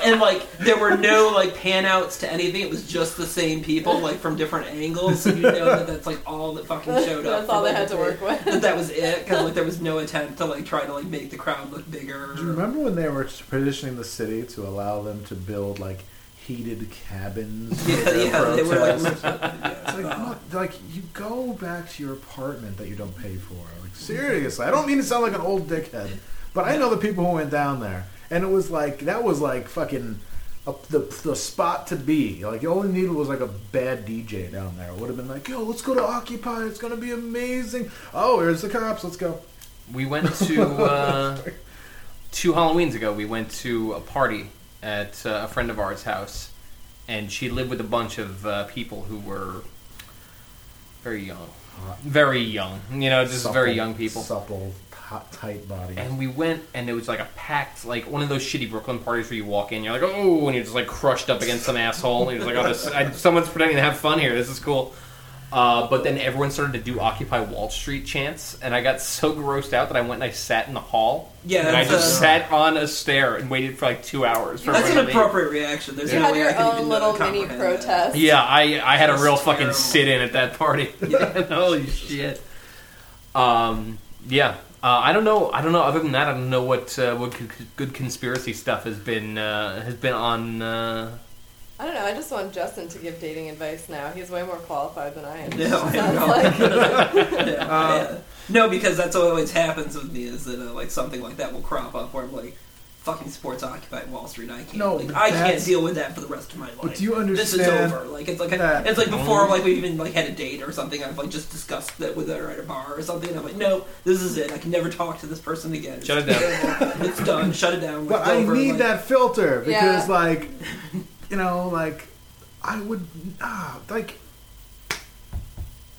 Speaker 3: and like there were no like pan outs to anything. It was just the same people, like from different angles. So you know that that's like all that fucking showed up.
Speaker 4: That's
Speaker 3: for,
Speaker 4: all they
Speaker 3: like,
Speaker 4: had to
Speaker 3: the-
Speaker 4: work with.
Speaker 3: That that was it, because like there was no attempt to like try to like make the crowd look bigger.
Speaker 1: Do you remember when they were positioning the city to allow them to build like heated cabins?
Speaker 3: (laughs) Yeah,
Speaker 1: for their
Speaker 3: yeah, they were like.
Speaker 1: protests?
Speaker 3: yeah, oh."
Speaker 1: It's like,
Speaker 3: well,
Speaker 1: look, like you go back to your apartment that you don't pay for. Like seriously, I don't mean to sound like an old dickhead, but I know the people who went down there, and it was like that was like fucking up the the spot to be. Like all you needed was like a bad DJ down there. It would have been like, yo, let's go to Occupy. It's gonna be amazing. Oh, here's the cops. Let's go.
Speaker 2: We went to uh, two Halloweens ago. We went to a party at uh, a friend of ours' house, and she lived with a bunch of uh, people who were very young, very young. You know, just very
Speaker 1: Supple-
Speaker 2: young people.
Speaker 1: supple, hot, tight body.
Speaker 2: And we went, and it was like a packed, like one of those shitty Brooklyn parties where you walk in, you're like, oh, and you're just like crushed up against some asshole. And you're just like, oh, this, I, someone's pretending to have fun here. This is cool. Uh, but then everyone started to do Occupy Wall Street chants, and I got (laughs) so grossed out that I went and I sat in the hall.
Speaker 3: Yeah,
Speaker 2: and I
Speaker 3: that's
Speaker 2: just
Speaker 3: a-
Speaker 2: sat on a stair and waited for like two hours. For
Speaker 3: That's an
Speaker 2: everybody.
Speaker 3: appropriate reaction. There's
Speaker 4: You
Speaker 3: no
Speaker 4: had
Speaker 3: way I
Speaker 4: your
Speaker 3: can
Speaker 4: own
Speaker 3: even
Speaker 4: little mini
Speaker 3: comprehend that.
Speaker 4: protest.
Speaker 2: Yeah, I I had a
Speaker 3: That's
Speaker 2: real fucking
Speaker 3: terrible.
Speaker 2: sit in at that (laughs) party. Holy shit. Um. Yeah. Uh, I don't know. I don't know. Other than that, I don't know what uh, what co- good conspiracy stuff has been uh, has been on. Uh,
Speaker 4: I don't know. I just want Justin to give dating advice now. He's way more qualified than I (laughs) am.
Speaker 3: No, I
Speaker 4: Sounds
Speaker 3: know. (laughs)
Speaker 4: like-
Speaker 3: Yeah,
Speaker 4: (laughs)
Speaker 3: yeah. No, because that's what always happens with me is that uh, like something like that will crop up where I'm like, fucking sports occupy Wall Street. I can't.
Speaker 1: No,
Speaker 3: like,
Speaker 1: but
Speaker 3: I can't
Speaker 1: that's-
Speaker 3: deal with that for the rest of my life.
Speaker 1: But do you
Speaker 3: This
Speaker 1: understand
Speaker 3: is over. Like it's like
Speaker 1: that-
Speaker 3: it's like before like we even like had a date or something. I've like just discussed that with her at a bar or something. And I'm like, no, this is it. I can never talk to this person again. It's
Speaker 2: Shut it down.
Speaker 3: terrible. it's done. Shut it down.
Speaker 1: But
Speaker 3: It's
Speaker 1: I
Speaker 3: over.
Speaker 1: need
Speaker 3: Like,
Speaker 1: that filter because,
Speaker 4: Yeah. (laughs)
Speaker 1: like, you know, like, I would, ah, like,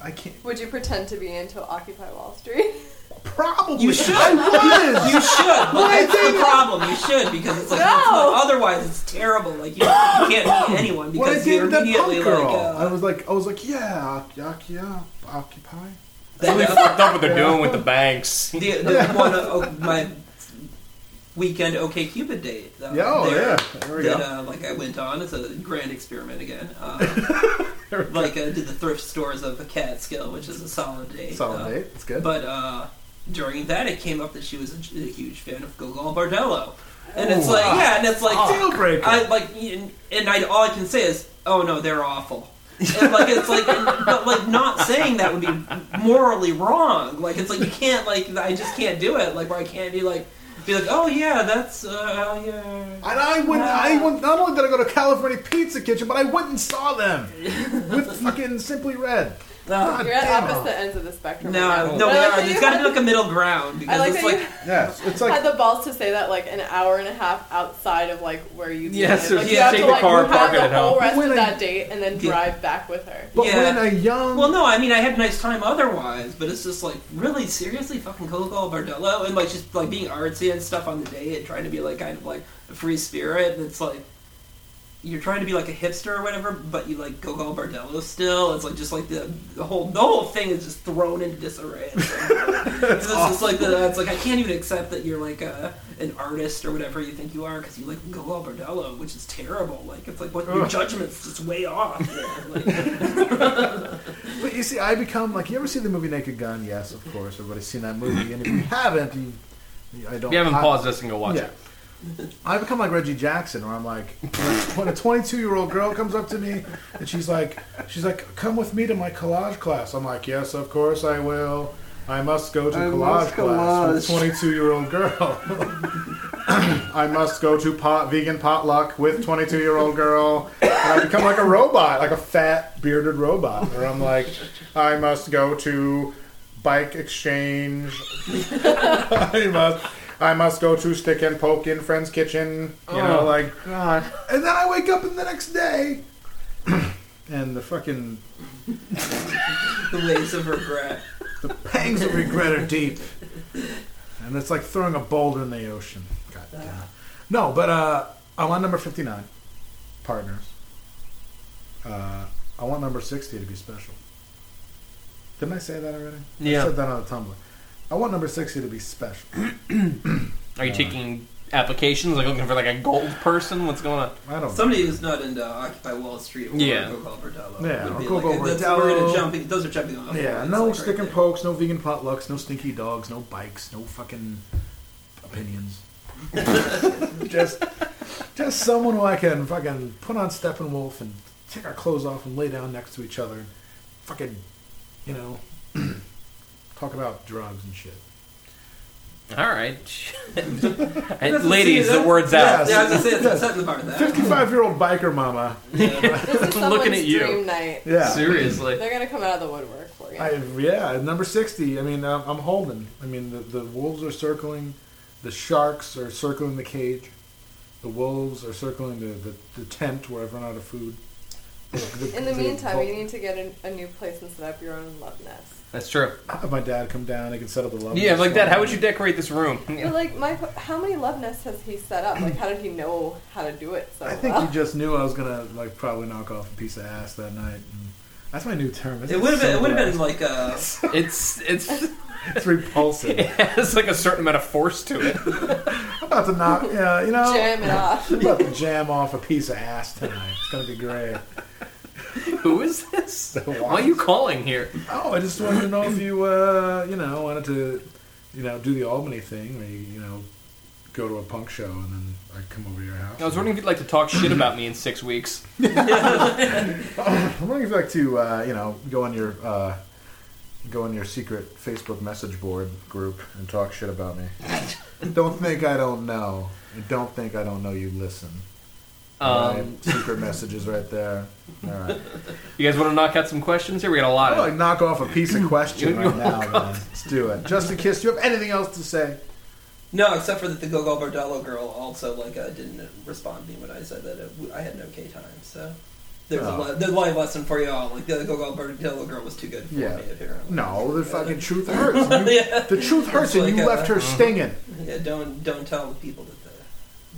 Speaker 1: I can't.
Speaker 4: Would you pretend to be into Occupy Wall Street? (laughs)
Speaker 1: (laughs) Probably.
Speaker 3: You should.
Speaker 1: I was.
Speaker 3: (laughs) You should. But that's the
Speaker 1: didn't-
Speaker 3: problem. You should because it's like
Speaker 4: No.
Speaker 3: it's not- otherwise it's terrible. Like you, you can't meet anyone
Speaker 1: What I
Speaker 3: because
Speaker 1: did
Speaker 3: you're
Speaker 1: with that
Speaker 3: immediately
Speaker 1: punk girl.
Speaker 3: like uh,
Speaker 1: I was like, I was like, yeah, oc- oc- yeah, occupy.
Speaker 3: that-
Speaker 2: really fucked up what they're doing with the banks.
Speaker 3: the, the one uh, oh, my weekend OK Cupid date. Uh,
Speaker 1: Yeah, oh,
Speaker 3: there,
Speaker 1: yeah. There we
Speaker 3: that
Speaker 1: go.
Speaker 3: uh, like I went on. It's a grand
Speaker 1: (laughs)
Speaker 3: experiment again. Uh, like I did the thrift stores of Catskill, which is a solid date.
Speaker 1: Solid
Speaker 3: Uh,
Speaker 1: date. It's good.
Speaker 3: But uh, during that, it came up that she was a, a huge fan of Gogol Bardello, and it's like yeah, and it's like
Speaker 1: Deal breaker.
Speaker 3: I like, and, and I all I can say is, oh no, they're awful. and like it's like, and- but like not saying that would be morally wrong. Like it's like you can't like I just can't do it. Like where I can't be like be like, oh yeah, that's uh, yeah.
Speaker 1: and I went. I
Speaker 3: Wow.
Speaker 1: went. Not only did I go to California Pizza Kitchen, but I went and saw
Speaker 4: (laughs)
Speaker 1: them with fucking Simply Red.
Speaker 3: Uh,
Speaker 4: You're at
Speaker 1: Damn.
Speaker 4: opposite ends of the spectrum. right
Speaker 3: no,
Speaker 4: now.
Speaker 3: no,
Speaker 4: But
Speaker 3: we
Speaker 4: I like
Speaker 3: are.
Speaker 4: that
Speaker 3: There's
Speaker 4: you
Speaker 3: got to
Speaker 4: had-
Speaker 3: be like a middle ground
Speaker 4: (laughs) I
Speaker 3: because
Speaker 4: like
Speaker 3: it's
Speaker 4: that
Speaker 3: like
Speaker 4: you
Speaker 1: Yes, it's like
Speaker 4: had the balls to say that like an hour and a half outside of like where you.
Speaker 2: Yes,
Speaker 4: live.
Speaker 2: or
Speaker 4: like,
Speaker 3: just
Speaker 4: you have
Speaker 3: take
Speaker 4: to
Speaker 3: the
Speaker 4: like
Speaker 2: car,
Speaker 4: have
Speaker 2: park it
Speaker 4: the
Speaker 2: at
Speaker 4: whole
Speaker 2: home.
Speaker 4: rest
Speaker 1: When I-
Speaker 4: of that date and then
Speaker 3: Yeah.
Speaker 4: drive back with her.
Speaker 1: But
Speaker 3: Yeah.
Speaker 1: when a young
Speaker 3: Well, no, I mean I had a nice time otherwise, but it's just like really seriously fucking Coco Bardello and like just like being artsy and stuff on the day and trying to be like kind of like a free spirit and it's like you're trying to be like a hipster or whatever, but you like Coco Bardello still. It's like just like the, the whole the whole thing is just thrown into disarray. It's, like, (laughs) it's just like the, it's like I can't even accept that you're like a, an artist or whatever you think you are because you like Coco Bardello, which is terrible. Like it's like what your judgment's just way off. there. Like, (laughs)
Speaker 1: But you see, I become like you ever see the movie Naked Gun? Yes, of course, everybody's seen that movie. And if you haven't, you, you- I don't.
Speaker 2: If you haven't
Speaker 1: I,
Speaker 2: paused this and go watch
Speaker 1: Yeah.
Speaker 2: it.
Speaker 1: I become like Reggie Jackson, where I'm like, when a 22 year old girl comes up to me and she's like, she's like, come with me to my collage class. I'm like, yes, of course I will. I must go to
Speaker 5: I
Speaker 1: collage
Speaker 5: must
Speaker 1: class with
Speaker 5: collage."
Speaker 1: 22 year old girl. I must go to pot vegan potluck with 22 year old girl. And I become like a robot, like a fat bearded robot. Where I'm like, I must go to bike exchange. (laughs) I must. I must go to stick and poke in friend's kitchen. You know, like God. And then I wake up in the next day, (clears throat) and the fucking
Speaker 3: the waves of regret.
Speaker 1: pangs of regret are deep. And it's like throwing a boulder in the ocean. God damn it. No, but uh, I want number 59, partners. Uh, I want number 60 to be special. Didn't I say that already? I
Speaker 2: Yeah.
Speaker 1: said that on the Tumblr. I want number 60 to be special.
Speaker 2: Are you taking applications? Like looking for like a gold person? What's going on?
Speaker 1: I don't.
Speaker 3: Somebody who's not into Occupy Wall Street or
Speaker 2: Yeah.
Speaker 3: Coco Albertello
Speaker 1: Yeah,
Speaker 3: would
Speaker 1: or
Speaker 3: be
Speaker 1: Coco
Speaker 3: like, that's how we're
Speaker 1: Albertello.
Speaker 3: gonna jumping. Those are jumping off.
Speaker 1: yeah,
Speaker 3: points,
Speaker 1: no
Speaker 3: like,
Speaker 1: stick
Speaker 3: right
Speaker 1: and
Speaker 3: there.
Speaker 1: pokes, no vegan potlucks, no stinky dogs, no bikes, no fucking
Speaker 3: (laughs)
Speaker 1: opinions. just, just someone who I can fucking put on Steppenwolf and take our clothes off and lay down next to each other, and fucking, you know, (clears throat) talk about drugs and
Speaker 3: (laughs)
Speaker 1: shit.
Speaker 2: All right, (laughs)
Speaker 3: the
Speaker 2: and ladies, the
Speaker 3: season.
Speaker 2: words out.
Speaker 3: Yeah, I was gonna say that's setting the part of that.
Speaker 1: Fifty-five-year-old biker mama.
Speaker 4: This is someone's
Speaker 2: Looking at you.
Speaker 4: dream night.
Speaker 1: Yeah.
Speaker 2: Seriously.
Speaker 4: They're gonna come out of the woodwork for you.
Speaker 1: I, yeah, number 60. I mean, I'm, I'm holding. I mean, the, the wolves are circling. The sharks are circling the cage. The wolves are circling the, the, the tent where I've run out of food.
Speaker 4: (laughs) In the meantime, you need to get a, a new place and set up your own love nest.
Speaker 2: That's true.
Speaker 1: Have my dad come down. I can set up the love.
Speaker 2: Yeah,
Speaker 1: nest
Speaker 2: like that.
Speaker 1: for
Speaker 2: How
Speaker 1: me.
Speaker 2: would you decorate this room? (laughs)
Speaker 4: But like, my, how many love nests has he set up? Like, how did he know how to do it so
Speaker 1: I think
Speaker 4: well?
Speaker 1: he just knew I was gonna like probably knock off a piece of ass that night. And that's my new term.
Speaker 3: It would have been. It would have been like uh,
Speaker 2: It's it's
Speaker 1: It's repulsive.
Speaker 2: (laughs) it's like a certain amount of force to
Speaker 3: (laughs)
Speaker 2: it.
Speaker 1: I'm about to knock. Yeah, you know.
Speaker 4: Jam it off.
Speaker 1: I'm about to jam off a piece of ass tonight. It's gonna be great.
Speaker 2: Who is this?
Speaker 1: The
Speaker 2: (laughs) Why are you calling here?
Speaker 1: Oh, I just wanted to know if you, uh, you know, wanted to, you know, do the Albany thing, or you, you know, go to a punk show and then I come over to your house.
Speaker 2: I was wondering if you'd like to talk
Speaker 3: (laughs)
Speaker 2: shit about me in six weeks.
Speaker 1: I'm wondering if you'd like to, uh, you know, go on your, uh, go on your secret Facebook message board group and talk shit about
Speaker 2: (laughs)
Speaker 1: me. don't think I don't know. And Don't think I don't know you. Listen. All
Speaker 2: Um, (laughs)
Speaker 1: right, secret messages right there. All right.
Speaker 2: you guys want to knock out some questions here? We got a lot.
Speaker 3: Oh,
Speaker 1: I'll
Speaker 2: Of
Speaker 1: like knock off a piece of question
Speaker 2: (laughs) You-
Speaker 1: right now, man. Let's do it. Just a kiss. Do you have anything else to say?
Speaker 3: no, except for that the Gogo Bordello girl also like uh, didn't respond to me when I said that it, I had no K time. So there's
Speaker 1: Oh.
Speaker 3: a le- there's a life lesson for y'all. Like the Gogo Bordello girl was too good for
Speaker 1: Yeah.
Speaker 3: me apparently.
Speaker 1: No, the fucking truth (laughs) hurts. You-
Speaker 3: Yeah.
Speaker 1: The truth hurts,
Speaker 3: It's
Speaker 1: and you
Speaker 3: like, uh,
Speaker 1: left her stinging.
Speaker 3: Yeah, don't don't tell the people that the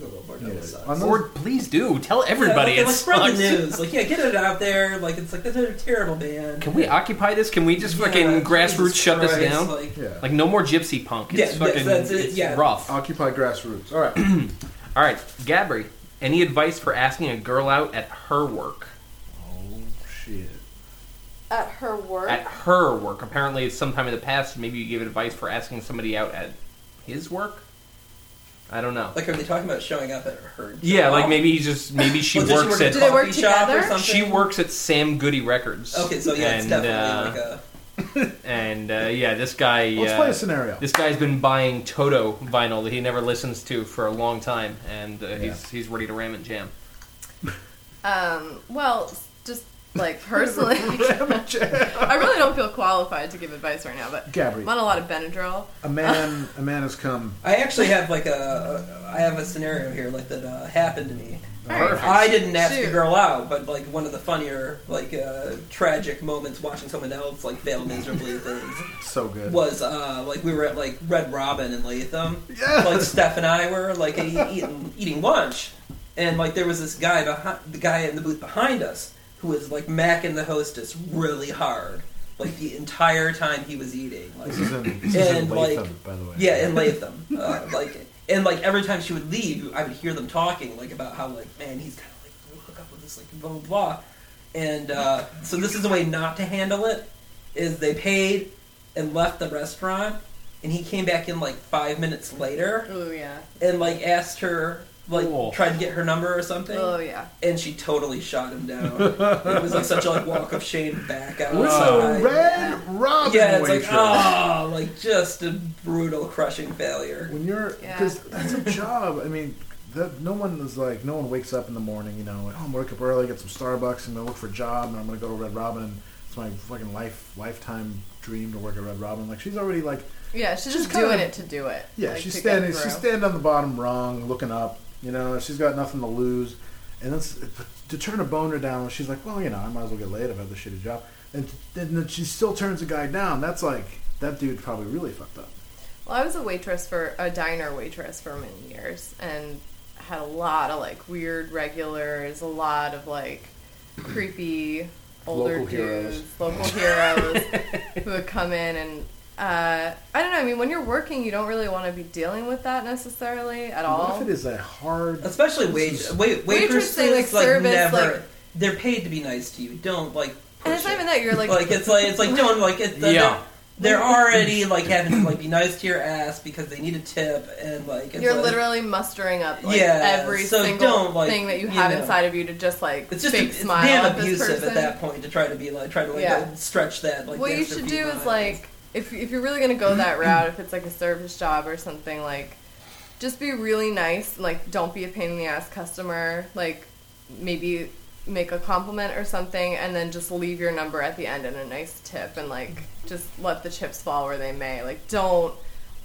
Speaker 3: Gogo Bordello
Speaker 1: Yeah.
Speaker 3: sucks.
Speaker 1: On the-
Speaker 2: or please do tell everybody.
Speaker 3: yeah, like,
Speaker 2: it (laughs)
Speaker 3: like, spread
Speaker 2: sucks.
Speaker 3: the news. Like, yeah, get it out there. Like, it's like they're a terrible band.
Speaker 2: Can we occupy this? Can we just
Speaker 3: Yeah,
Speaker 2: fucking
Speaker 3: Jesus
Speaker 2: grassroots shut this
Speaker 3: Christ,
Speaker 2: down?
Speaker 3: Like,
Speaker 1: Yeah.
Speaker 2: Like no more gypsy punk. It's
Speaker 3: Yeah, that's-
Speaker 2: fucking
Speaker 3: that's it,
Speaker 2: it's
Speaker 3: yeah.
Speaker 2: rough.
Speaker 1: Occupy grassroots. All right.
Speaker 2: All right, Gabri, any advice for asking a girl out at her work?
Speaker 1: oh shit.
Speaker 4: At her work,
Speaker 2: At her work. Apparently, it's sometime in the past, maybe you give advice for asking somebody out at his work. I don't know.
Speaker 3: like, um, are they talking about showing up at her?
Speaker 2: yeah,
Speaker 3: job?
Speaker 2: like maybe he just maybe
Speaker 3: (laughs)
Speaker 2: she
Speaker 3: Well, does
Speaker 2: works
Speaker 3: she work
Speaker 4: Do
Speaker 3: at
Speaker 4: they
Speaker 3: a
Speaker 2: at
Speaker 4: work
Speaker 3: coffee shop or
Speaker 4: together?
Speaker 3: something?
Speaker 2: she works at Sam Goody Records.
Speaker 3: Okay, so yeah, it's
Speaker 2: And,
Speaker 3: definitely
Speaker 2: uh,
Speaker 3: like a.
Speaker 2: And uh, yeah, this guy.
Speaker 1: Let's
Speaker 2: uh,
Speaker 1: play a scenario.
Speaker 2: This guy's been buying Toto vinyl that he never listens to for a long time, and uh, he's he's ready to ram and jam.
Speaker 4: um, well, s- just
Speaker 1: (laughs)
Speaker 4: like personally,
Speaker 1: Gabby,
Speaker 4: I really don't feel qualified to give advice right now. But I'm on a lot of Benadryl.
Speaker 1: a man, a man has come.
Speaker 3: I actually have like a. I have a scenario here like that uh, happened to me.
Speaker 2: Perfect.
Speaker 3: I didn't ask
Speaker 4: Shoot.
Speaker 3: the girl out, but like one of the funnier, like uh, tragic moments watching someone else like
Speaker 2: (laughs)
Speaker 3: fail miserably at things
Speaker 1: So good.
Speaker 3: was uh, like we were at like Red Robin in Latham. Like Steph and I were like e- eating, eating lunch, and like there was this guy behind the guy in the booth behind us who was like macking the hostess really hard, like the entire time he was eating. Like,
Speaker 1: This is in, this is in
Speaker 3: And,
Speaker 1: Latham,
Speaker 3: like,
Speaker 1: by the way.
Speaker 3: yeah, in Latham. (laughs) Uh, like, and like every time she would leave, I would hear them talking like about how like man, he's kind of like we'll hook up with this like blah blah blah. And uh, so this is the way not to handle it is they paid and left the restaurant, and he came back in like five minutes later
Speaker 4: Oh yeah.
Speaker 3: and like asked her like
Speaker 2: Cool.
Speaker 3: tried to get her number or something.
Speaker 4: Oh yeah.
Speaker 3: And she totally shot him down. it was like such a like walk of shame back
Speaker 1: (laughs)
Speaker 3: out.
Speaker 1: With
Speaker 3: outside.
Speaker 1: a red robin
Speaker 3: Yeah, it's like
Speaker 1: waitress.
Speaker 3: ah, like just a brutal, crushing failure.
Speaker 1: when you're
Speaker 4: Yeah.
Speaker 1: because that's a job. I mean, that, no one is like no one wakes up in the morning. You know, oh, I'm gonna wake up early, get some Starbucks, and go look for a job, and I'm gonna go to Red Robin. And it's my fucking life lifetime dream to work at Red Robin. Like she's already like
Speaker 4: Yeah, she's, just
Speaker 1: kinda-
Speaker 4: doing it to do it.
Speaker 1: yeah,
Speaker 4: like,
Speaker 1: she's
Speaker 4: to get
Speaker 1: standing.
Speaker 4: through.
Speaker 1: She's standing on the bottom wrong, looking up. You know, she's got nothing to lose, and that's to turn a boner down. She's like, well, you know, I might as well get laid. I've had this shitty job, and, and then she still turns a guy down. That's like that dude probably really fucked up.
Speaker 4: Well, I was a waitress for a diner waitress for many years and had a lot of like weird regulars, a lot of like creepy older
Speaker 1: Local
Speaker 4: dudes,
Speaker 1: heroes. (laughs)
Speaker 4: local heroes who would come in and uh, I don't know. I mean, when you're working, you don't really want to be dealing with that necessarily at
Speaker 1: What
Speaker 4: all.
Speaker 1: if it is a hard?
Speaker 3: Especially wage
Speaker 1: This is-
Speaker 3: wait, waitresses
Speaker 4: they, like,
Speaker 3: like,
Speaker 4: service,
Speaker 3: never
Speaker 4: like-
Speaker 3: they're paid to be nice to you. Don't like
Speaker 4: and it's
Speaker 3: push
Speaker 4: not
Speaker 3: it.
Speaker 4: even that you're like,
Speaker 3: like it's like it's like don't like it's the,
Speaker 2: Yeah.
Speaker 3: they're, they're already like having to like be nice to your ass because they need a tip and like it's
Speaker 4: you're
Speaker 3: like,
Speaker 4: literally mustering up like
Speaker 3: Yeah,
Speaker 4: every
Speaker 3: so
Speaker 4: single
Speaker 3: don't, like,
Speaker 4: thing that you
Speaker 3: you
Speaker 4: have
Speaker 3: know.
Speaker 4: inside of you to just like
Speaker 3: it's just
Speaker 4: fake
Speaker 3: it's
Speaker 4: smile
Speaker 3: damn
Speaker 4: at this
Speaker 3: abusive
Speaker 4: person.
Speaker 3: at that point to try to be like try to like,
Speaker 4: Yeah.
Speaker 3: like, stretch that like
Speaker 4: what
Speaker 3: the
Speaker 4: you
Speaker 3: extra
Speaker 4: should
Speaker 3: few
Speaker 4: do is
Speaker 3: miles.
Speaker 4: like if, if you're really gonna go that route if it's like a service job or something like just be really nice and, like don't be a pain in the ass customer like maybe make a compliment or something and then just leave your number at the end and a nice tip and like just let the chips fall where they may like don't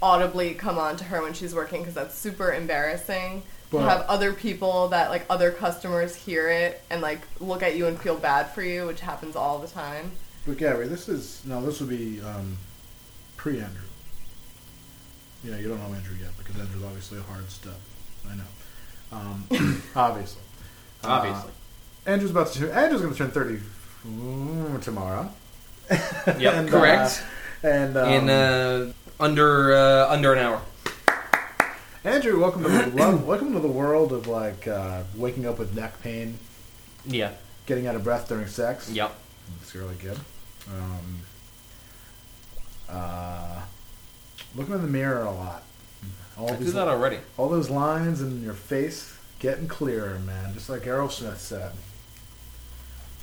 Speaker 4: audibly come on to her when she's working because that's super embarrassing You'll
Speaker 1: But-
Speaker 4: have other people that like other customers hear it and like look at you and feel bad for you which happens all the time
Speaker 1: But Gary, this is no. This would be um, pre-Andrew. You know, you don't know Andrew yet because Andrew's obviously a hard step. I know, um, (coughs) obviously. Uh,
Speaker 2: Obviously.
Speaker 1: Andrew's about to. Turn, Andrew's going to turn thirty mm, tomorrow. (laughs)
Speaker 2: Yep,
Speaker 1: And, uh,
Speaker 2: correct.
Speaker 1: and um,
Speaker 2: In uh, under uh, under an hour.
Speaker 1: Andrew, welcome to
Speaker 2: (coughs)
Speaker 1: the lo- welcome to the world of like uh, waking up with neck pain,
Speaker 2: Yeah.
Speaker 1: getting out of breath during sex.
Speaker 2: Yep.
Speaker 1: It's really good. Um, uh, looking in the mirror a lot. All
Speaker 2: I
Speaker 1: these
Speaker 2: did that already.
Speaker 1: all those lines in your face getting clearer, man. Just like Aerosmith said,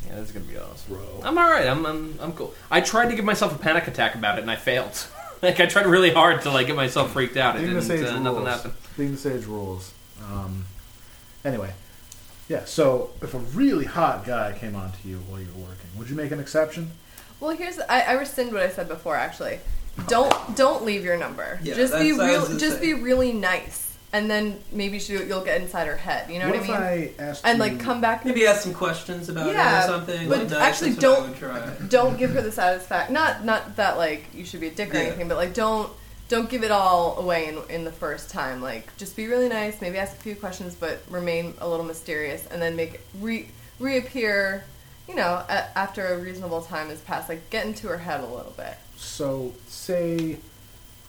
Speaker 2: Yeah, that's gonna be awesome.
Speaker 1: bro.
Speaker 2: I'm all right. I'm, I'm I'm cool. I tried to give myself a panic attack about it and I failed. (laughs) like I tried really hard to like get myself freaked out. It
Speaker 1: Being this
Speaker 2: didn't.
Speaker 1: age
Speaker 2: Uh, nothing
Speaker 1: rules.
Speaker 2: happened.
Speaker 1: Being this age rules. Um, anyway, yeah. So if a really hot guy came on to you while you were working, would you make an exception?
Speaker 4: Well, here's I, I rescind what I said before. Actually, don't don't leave your number.
Speaker 3: Yeah,
Speaker 4: just be
Speaker 3: that's- I was
Speaker 4: real.
Speaker 3: gonna
Speaker 4: Just
Speaker 3: say.
Speaker 4: be really nice, and then maybe she, you'll get inside her head. You know what,
Speaker 1: if
Speaker 4: I mean?
Speaker 1: I asked
Speaker 4: and
Speaker 1: you-
Speaker 4: like come back.
Speaker 3: maybe ask some questions about
Speaker 4: Yeah,
Speaker 3: it or something.
Speaker 4: but
Speaker 3: like, nice,
Speaker 4: actually
Speaker 3: that's what I
Speaker 4: don't-
Speaker 3: would try.
Speaker 4: Don't give her the satisfaction. Not not that like you should be a dick or
Speaker 3: Yeah.
Speaker 4: anything, but like don't don't give it all away in in the first time. Like just be really nice. Maybe ask a few questions, but remain a little mysterious, and then make re reappear. You know, a- after a reasonable time has passed, like get into her head a little bit.
Speaker 1: So say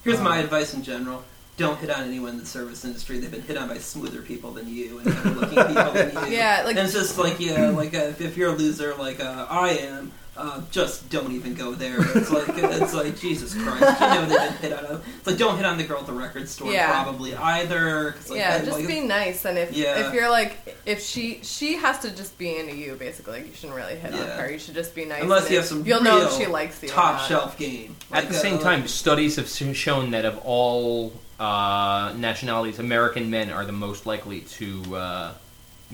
Speaker 3: Here's my advice in general. Don't hit on anyone in the service industry. They've been hit on by smoother people than you and better-looking people than you.
Speaker 4: Yeah, like-
Speaker 3: and it's just like yeah, like uh, if you're a loser like uh, I am, uh, just don't even go there. It's like uh, it's like Jesus Christ, you know they've been hit on. It's like don't hit on the girl at the record store
Speaker 4: Yeah.
Speaker 3: probably either. 'cause, like,
Speaker 4: yeah,
Speaker 3: that-
Speaker 4: just
Speaker 3: like,
Speaker 4: be nice, and if
Speaker 3: Yeah.
Speaker 4: if you're like, if she she has to just be into you, basically, you shouldn't really hit on
Speaker 3: Yeah.
Speaker 4: her. You should just be nice.
Speaker 3: unless
Speaker 4: and
Speaker 3: you
Speaker 4: if-
Speaker 3: have some
Speaker 4: you'll know
Speaker 3: real
Speaker 4: if she likes you. or
Speaker 3: top
Speaker 4: not.
Speaker 3: shelf game.
Speaker 2: At the
Speaker 3: Like,
Speaker 2: same
Speaker 3: uh,
Speaker 2: time, studies have s- shown that of all uh, nationalities, American men are the most likely to uh,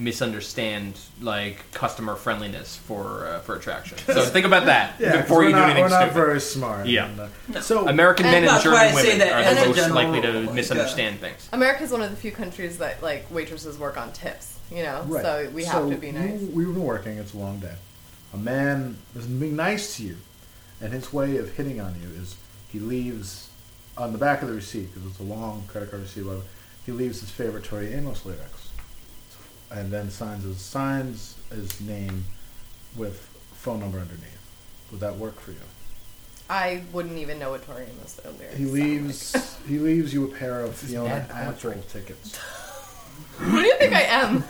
Speaker 2: misunderstand like customer friendliness for uh, for attraction.
Speaker 1: (laughs)
Speaker 2: So think about that
Speaker 1: yeah, 'cause
Speaker 2: before
Speaker 1: we're
Speaker 2: you
Speaker 1: not,
Speaker 2: do anything
Speaker 1: we're not
Speaker 2: stupid.
Speaker 1: very smart.
Speaker 2: Yeah.
Speaker 1: and, uh, So
Speaker 2: American men
Speaker 4: And
Speaker 2: and
Speaker 3: that's why I
Speaker 2: German
Speaker 3: say
Speaker 2: women
Speaker 3: that
Speaker 2: are
Speaker 3: as
Speaker 2: the
Speaker 3: a
Speaker 2: most
Speaker 3: general
Speaker 2: likely to
Speaker 3: rule, like,
Speaker 2: misunderstand things.
Speaker 4: America's one of the few countries that like waitresses work on tips. You know,
Speaker 1: Right.
Speaker 4: so we have
Speaker 1: So
Speaker 4: to be nice.
Speaker 1: You, we've been working. It's a long day. A man is being nice to you, and his way of hitting on you is he leaves on the back of the receipt because it's a long credit card receipt. Whatever. He leaves his favorite Tori Amos lyrics, and then signs his signs his name with phone number underneath. Would that work for you?
Speaker 4: I wouldn't even know what Tori Amos lyrics.
Speaker 1: He
Speaker 4: sound
Speaker 1: leaves. he leaves you a pair of Fiona
Speaker 2: bad
Speaker 1: Apple tickets.
Speaker 4: like. Who do you think I am?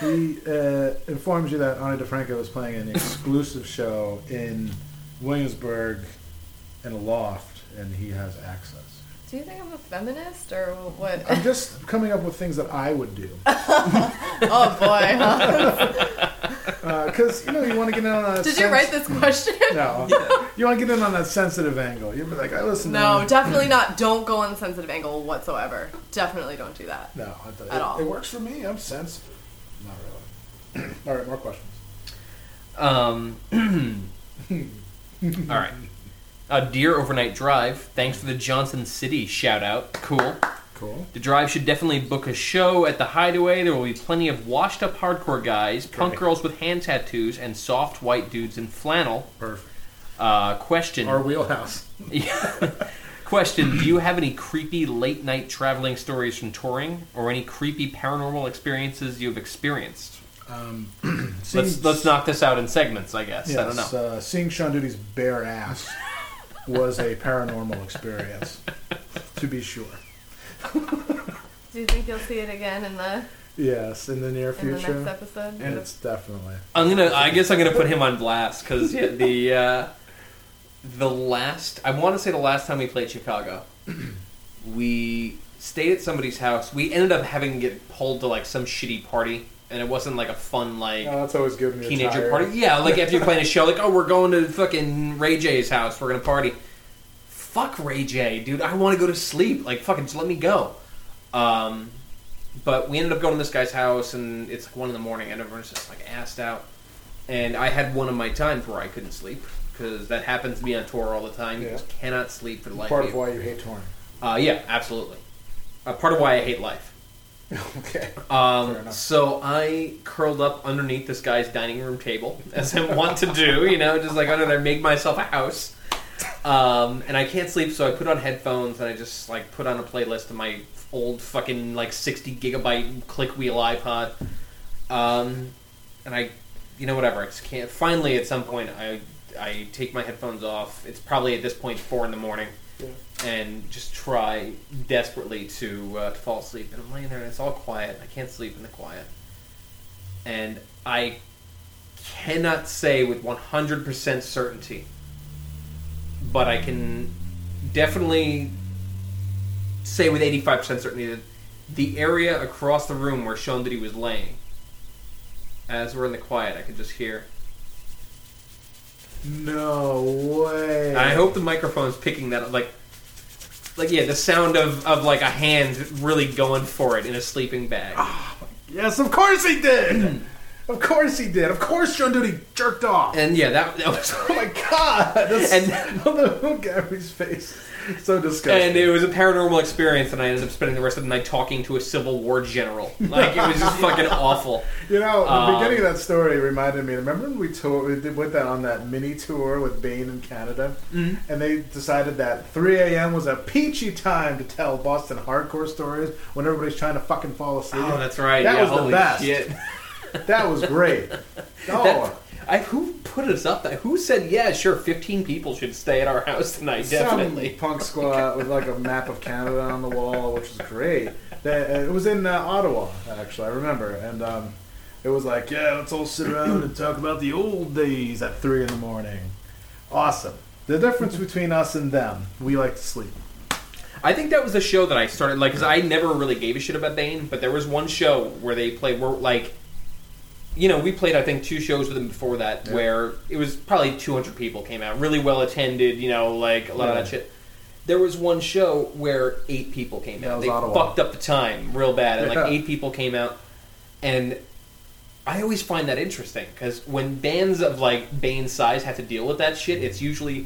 Speaker 1: He uh, informs you that Ani DeFranco is playing an exclusive show in Williamsburg in a loft, and he has access.
Speaker 4: Do you think I'm a feminist or what? (laughs)
Speaker 1: I'm just coming up with things that I would do
Speaker 4: oh boy,
Speaker 1: (laughs)
Speaker 4: huh?
Speaker 1: because Uh, you know you want to get in on that.
Speaker 4: did you write this question?
Speaker 1: No, you want to get in on that sensitive angle. You'd be like, I listen.
Speaker 4: No,
Speaker 1: to
Speaker 4: definitely not. Don't go on the sensitive angle whatsoever. Definitely don't do that.
Speaker 1: no, it- it,
Speaker 4: At all.
Speaker 1: It works for me. I'm sensitive. Not really. (clears throat) All right, more questions.
Speaker 2: Um, (clears throat) all right. A deer overnight drive. Thanks for the Johnson City shout out. Cool.
Speaker 1: Cool.
Speaker 2: The Drive should definitely book a show at the Hideaway. There will be plenty of washed up hardcore guys, punk
Speaker 1: Great.
Speaker 2: girls with hand tattoos, and soft white dudes in flannel.
Speaker 1: Perfect.
Speaker 2: Uh, question.
Speaker 1: Our wheelhouse.
Speaker 2: question. Do you have any creepy late night traveling stories from touring, or any creepy paranormal experiences you've experienced?
Speaker 1: Um,
Speaker 2: Let's let's knock this out in segments, I guess. I don't know. (laughs)
Speaker 1: Uh, seeing Sean Duty's bare ass was a paranormal experience, to be sure.
Speaker 4: Do you think you'll see it again in the
Speaker 1: Yes, in the near
Speaker 4: in the
Speaker 1: future.
Speaker 4: next episode?
Speaker 1: and it's definitely
Speaker 2: I'm gonna. I guess I'm gonna put him on blast because the uh, the last. I want to say the last time we played Chicago, (clears throat) we stayed at somebody's house. We ended up having to get pulled to like some shitty party, and it wasn't like a fun like
Speaker 1: Oh, that's always good when you're tired.
Speaker 2: teenager party. Yeah, like after you're
Speaker 1: (laughs)
Speaker 2: playing a show, like oh we're going to fucking Ray J's house, we're gonna party. Fuck Ray J, dude. I want to go to sleep. Like fucking just let me go. Um, but we ended up going to this guy's house, and it's like one in the morning, and everyone's just like assed out. And I had one of my times where I couldn't sleep because that happens to me on tour all the time. You
Speaker 1: Yeah.
Speaker 2: just cannot sleep for the life
Speaker 1: Part
Speaker 2: of
Speaker 1: of
Speaker 2: you.
Speaker 1: why you hate touring.
Speaker 2: Uh, yeah, absolutely. Uh, part of why I hate life.
Speaker 1: okay. Fair
Speaker 2: Um,
Speaker 1: enough.
Speaker 2: so I curled up underneath this guy's dining room table, (laughs) as I want to do, you know, just like under there, make myself a house. Um, and I can't sleep, so I put on headphones and I just like put on a playlist of my old fucking like 60 gigabyte click wheel iPod. Um, and I, you know, whatever. I just can't. Finally, at some point, I I take my headphones off. It's probably at this point four in the morning, and just try desperately to uh, to fall asleep. And I'm laying there, and it's all quiet. I can't sleep in the quiet, and I cannot say with 100% certainty, but I can definitely say with 85% certainty that the area across the room where Sean Diddy was laying as we're in the quiet, I could just hear.
Speaker 1: No way.
Speaker 2: And I hope the microphone's picking that up. Like, like yeah, the sound of, of like a hand really going for it in a sleeping bag.
Speaker 1: Ah. Yes, of course he
Speaker 2: (clears throat)
Speaker 1: did. of course he did. Of course John Duty jerked off.
Speaker 2: And yeah, that, that was. (laughs)
Speaker 1: oh my god. That's,
Speaker 2: And-
Speaker 1: I (laughs) don't know who Gary's face. So disgusting.
Speaker 2: And it was a paranormal experience, and I ended up spending the rest of the night talking to a Civil War general. Like, it was
Speaker 1: (laughs)
Speaker 2: just fucking awful.
Speaker 1: You know, the
Speaker 2: Um,
Speaker 1: beginning of that story reminded me. Remember when we tour, we did, went that on that mini tour with Bane in Canada, mm
Speaker 2: Mm-hmm.
Speaker 1: and they decided that 3 a.m. was a peachy time to tell Boston hardcore stories when everybody's trying to fucking fall asleep.
Speaker 2: Oh, that's right.
Speaker 1: That
Speaker 2: yeah,
Speaker 1: was the
Speaker 2: holy
Speaker 1: best.
Speaker 2: shit.
Speaker 1: That was
Speaker 2: (laughs)
Speaker 1: great. oh,
Speaker 2: I, who put us up there? Who said, yeah, sure, 15 people should stay at our house tonight, definitely.
Speaker 1: some punk squad with like a map of Canada on the wall, which was great. That- It was in uh, Ottawa, actually. I remember, and um, it was like, yeah, let's all sit around and talk about the old days at three in the morning. Awesome. The difference between us and them, we like to sleep.
Speaker 2: I think that was the show that I started like because I never really gave a shit about Bane, but there was one show where they played where like, you know, we played I think two shows with them before that where it was probably 200 people came out, really well attended, you know, like a lot of
Speaker 1: Yeah.
Speaker 2: that shit. There was one show where eight people came
Speaker 1: That
Speaker 2: out.
Speaker 1: was
Speaker 2: They
Speaker 1: Ottawa.
Speaker 2: fucked up the time real bad, and like
Speaker 1: Yeah.
Speaker 2: eight people came out, and I always find that interesting because when bands of like Bane's size have to deal with that shit, it's usually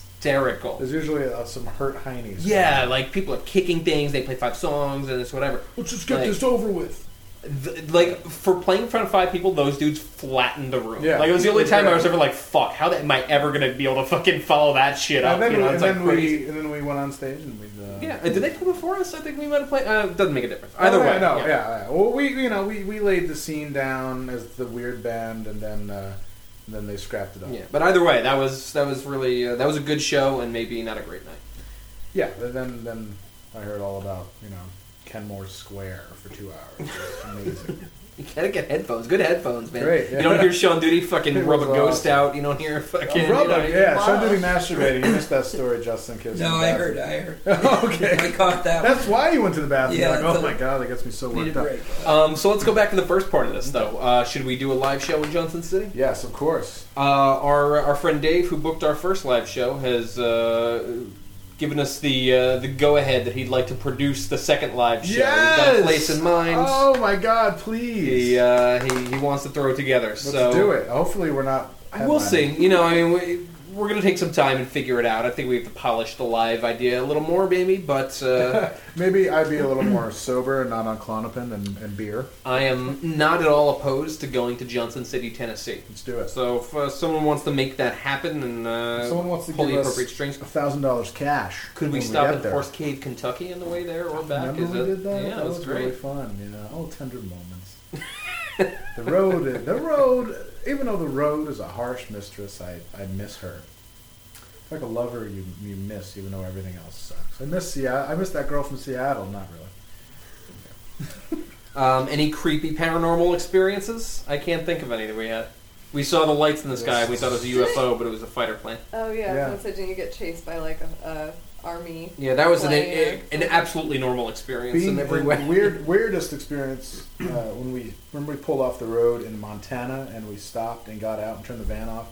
Speaker 2: hysterical.
Speaker 1: There's usually uh, some hurt heinies.
Speaker 2: Yeah, like people are kicking things. They play five songs and it's whatever.
Speaker 1: Let's just get
Speaker 2: Like-
Speaker 1: this over with.
Speaker 2: Th- like for playing in front of five people, those dudes flattened the room.
Speaker 1: Yeah.
Speaker 2: like it was the only time I was ever like, "Fuck, how the- am I ever gonna be able to fucking follow that shit up?"
Speaker 1: And then,
Speaker 2: you know,
Speaker 1: and
Speaker 2: it's
Speaker 1: then
Speaker 2: like crazy.
Speaker 1: we and then we went on stage and we. Uh,
Speaker 2: Yeah, uh, did they play before us? I think we might have played. Uh, doesn't make a difference. Either
Speaker 1: Oh, yeah,
Speaker 2: way,
Speaker 1: no, yeah. yeah. Well, we you know we, we laid the scene down as the weird band, and then uh, and then they scrapped it up.
Speaker 2: Yeah, But either way, that was that was really uh, that was a good show and maybe not a great night.
Speaker 1: Yeah, but Then then I heard all about you know Kenmore Square for two hours.
Speaker 2: (laughs)
Speaker 1: It was amazing.
Speaker 2: You gotta get headphones. Good headphones, man.
Speaker 1: Great, yeah.
Speaker 2: You don't hear Sean Duty
Speaker 1: (laughs)
Speaker 2: fucking
Speaker 1: It
Speaker 2: rub a
Speaker 1: was
Speaker 2: ghost
Speaker 1: awesome.
Speaker 2: out. You don't hear fucking. you
Speaker 1: Rubber,
Speaker 2: know,
Speaker 1: yeah.
Speaker 4: wow.
Speaker 1: Sean Duty masturbating. You missed that story, Justin. Kids.
Speaker 3: (laughs) No, I heard. uh, I
Speaker 2: (laughs)
Speaker 3: heard. I
Speaker 1: okay.
Speaker 3: caught that. one.
Speaker 1: That's why you went to the bathroom.
Speaker 3: Yeah,
Speaker 1: You're like,
Speaker 3: so-
Speaker 1: oh my god, that gets me so
Speaker 3: Need a
Speaker 1: worked up.
Speaker 3: break.
Speaker 2: Um, so let's go back to the first part of this, though. Uh, should we do a live show in Johnson City?
Speaker 1: Yes, of course.
Speaker 2: Uh, our our friend Dave, who booked our first live show, has uh, given us the uh, the go ahead that he'd like to produce the second live show. He's got a
Speaker 1: Yes!
Speaker 2: place in mind.
Speaker 1: Oh my god, please.
Speaker 2: He, uh, he he wants to throw it together.
Speaker 1: Let's
Speaker 2: so
Speaker 1: do it. Hopefully, we're not. headlining.
Speaker 2: We'll see. You know, I mean, we, we're gonna take some time and figure it out. I think we have to polish the live idea a little more, maybe.
Speaker 1: (laughs)
Speaker 2: But uh,
Speaker 1: Maybe I'd be a little more sober and not on clonopin and, and beer.
Speaker 2: I am not at all opposed to going to Johnson City, Tennessee.
Speaker 1: Let's do it.
Speaker 2: So if uh, someone wants to make that happen and uh,
Speaker 1: Someone wants to
Speaker 2: pull
Speaker 1: give
Speaker 2: the
Speaker 1: us
Speaker 2: appropriate strings,
Speaker 1: a thousand dollars cash.
Speaker 2: could we
Speaker 1: when
Speaker 2: stop
Speaker 1: get
Speaker 2: at
Speaker 1: there.
Speaker 2: Horse Cave, Kentucky, on the way there or back?
Speaker 1: Remember
Speaker 2: Is
Speaker 1: we
Speaker 2: it-
Speaker 1: did that?
Speaker 2: Yeah,
Speaker 1: that
Speaker 2: it was,
Speaker 1: was
Speaker 2: great.
Speaker 1: really fun. Yeah, all tender
Speaker 2: (laughs)
Speaker 1: moments. the road, the road. Even though the road is a harsh mistress, I I miss her. It's like a lover you you miss, even though everything else sucks. I miss Seattle. I miss that girl from Seattle. Not really.
Speaker 2: Um, any creepy paranormal experiences? I can't think of any that we had. We saw the lights in the sky. We thought it was a UFO, but it was a fighter plane.
Speaker 4: Oh yeah,
Speaker 1: Yeah.
Speaker 4: yeah. so didn't you get chased by like a, a army?
Speaker 2: Yeah, that was an
Speaker 4: Plane.
Speaker 2: an absolutely normal experience
Speaker 1: Being
Speaker 2: in every
Speaker 1: the
Speaker 2: way.
Speaker 1: weird weirdest experience uh, when we remember we pulled off the road in Montana and we stopped and got out and turned the van off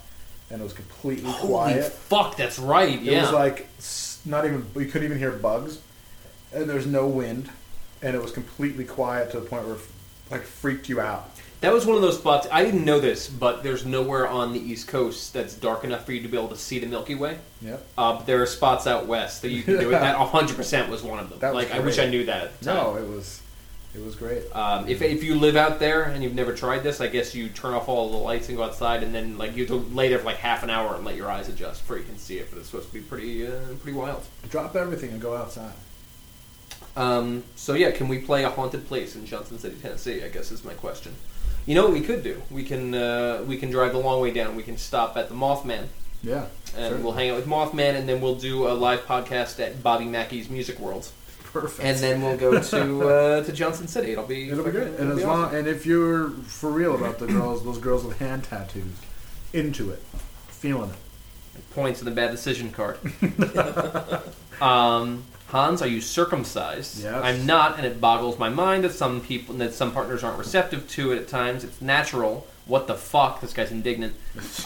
Speaker 1: and it was completely
Speaker 2: (laughs) Holy
Speaker 1: quiet.
Speaker 2: fuck, that's right.
Speaker 1: It
Speaker 2: Yeah.
Speaker 1: was like s- not even we couldn't even hear bugs, and there's no wind, and it was completely quiet to the point where it, like freaked you out.
Speaker 2: That was one of those spots. I didn't know this, but there's nowhere on the East Coast that's dark enough for you to be able to see the Milky Way.
Speaker 1: Yep.
Speaker 2: Uh, but there are spots out west that you can
Speaker 1: (laughs)
Speaker 2: do it.
Speaker 1: Yeah.
Speaker 2: That 100% was one of them.
Speaker 1: That was
Speaker 2: like, I wish
Speaker 1: great.
Speaker 2: I knew that. At the time.
Speaker 1: No, it was it was great.
Speaker 2: Um, if, if you live out there and you've never tried this, I guess you turn off all the lights and go outside, and then like you have to lay there for like half an hour and let your eyes adjust for you can see it. But it's supposed to be pretty uh, pretty wild.
Speaker 1: Drop everything and go outside.
Speaker 2: Um, so yeah, can we play a haunted place in Johnson City, Tennessee? I guess is my question. You know what we could do? We can uh, we can drive the long way down. We can stop at the Mothman
Speaker 1: Yeah.
Speaker 2: and
Speaker 1: sure.
Speaker 2: we'll hang out with Mothman, and then we'll do a live podcast at Bobby Mackey's Music World,
Speaker 1: (laughs) perfect.
Speaker 2: and then
Speaker 1: (laughs)
Speaker 2: we'll go to uh, to Johnson City. It'll be
Speaker 1: It'll be
Speaker 2: fucking-
Speaker 1: good. And
Speaker 2: it'll
Speaker 1: as
Speaker 2: be awesome.
Speaker 1: long and if you're for real about the girls, those girls with hand tattoos, into it, feeling it.
Speaker 2: points in the bad decision
Speaker 1: (laughs)
Speaker 2: card. (laughs) um, Hans, are you circumcised?
Speaker 1: Yes.
Speaker 2: I'm not, and it boggles my mind that some people that some partners aren't receptive to it at times. It's natural. What the fuck? This guy's indignant.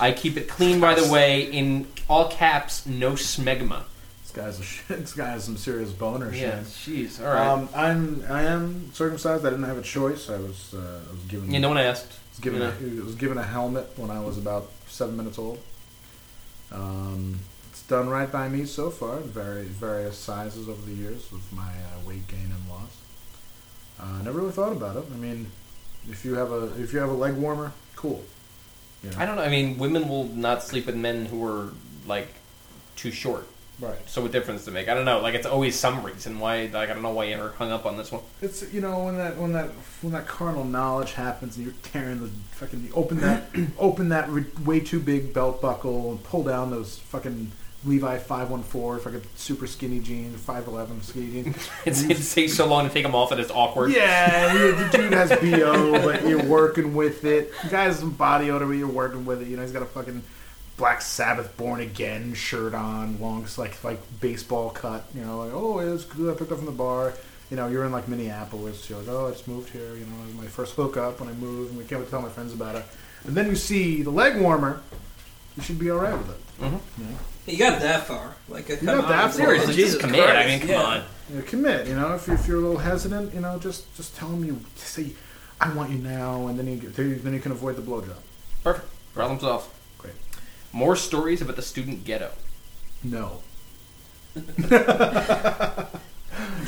Speaker 2: I keep it clean,
Speaker 1: (laughs)
Speaker 2: by the way. In all caps, no smegma.
Speaker 1: This guy's a sh- (laughs) this guy has some serious boner
Speaker 2: Yeah,
Speaker 1: shit.
Speaker 2: jeez. All right.
Speaker 1: Um, I'm I am circumcised. I didn't have a choice. I was uh, I was given
Speaker 2: yeah, no one asked.
Speaker 1: was given
Speaker 2: you know.
Speaker 1: a, I was given a helmet when I was about seven minutes old. Um, it's done right by me so far. Very various sizes over the years with my uh, weight gain and loss. Uh, never really thought about it. I mean, if you have a if you have a leg warmer, cool. You know,
Speaker 2: I don't know. I mean, women will not sleep with men who are like too short.
Speaker 1: right.
Speaker 2: So what difference to make? I don't know. Like it's always some reason why. Like I don't know why you ever hung up on this one. (laughs)
Speaker 1: It's you know when that when that when that carnal knowledge happens and you're tearing the fucking you open that open that re- way too big belt buckle and pull down those fucking Levi five one four fucking super skinny jeans five eleven skinny jeans.
Speaker 2: It's, it takes so long to take them off that it's awkward.
Speaker 1: yeah, you- the dude has bo, but you're working with it. The guy has some body odor, but you're working with it. You know he's got a fucking Black Sabbath Born Again shirt on, long like like baseball cut. You know like oh it's good I picked up from the bar. you know, you're in like Minneapolis. You're like, oh, I just moved here. You know, it was my first hookup when I moved, and we can't wait to tell my friends about it. And then you see the leg warmer. You should be all right with it.
Speaker 3: Hey, you got it that far. Like, uh, come
Speaker 1: got
Speaker 3: on,
Speaker 1: that
Speaker 3: it's
Speaker 1: far.
Speaker 3: like-
Speaker 2: Seriously, just commit. I mean, come
Speaker 3: Yeah.
Speaker 2: on.
Speaker 1: You know, commit. You know, if, you- if you're a little hesitant, you know, just just tell them you just say, I want you now, and then you get- then you can avoid the blowjob.
Speaker 2: Perfect. Problem solved.
Speaker 1: Great.
Speaker 2: More stories about the student ghetto.
Speaker 1: No.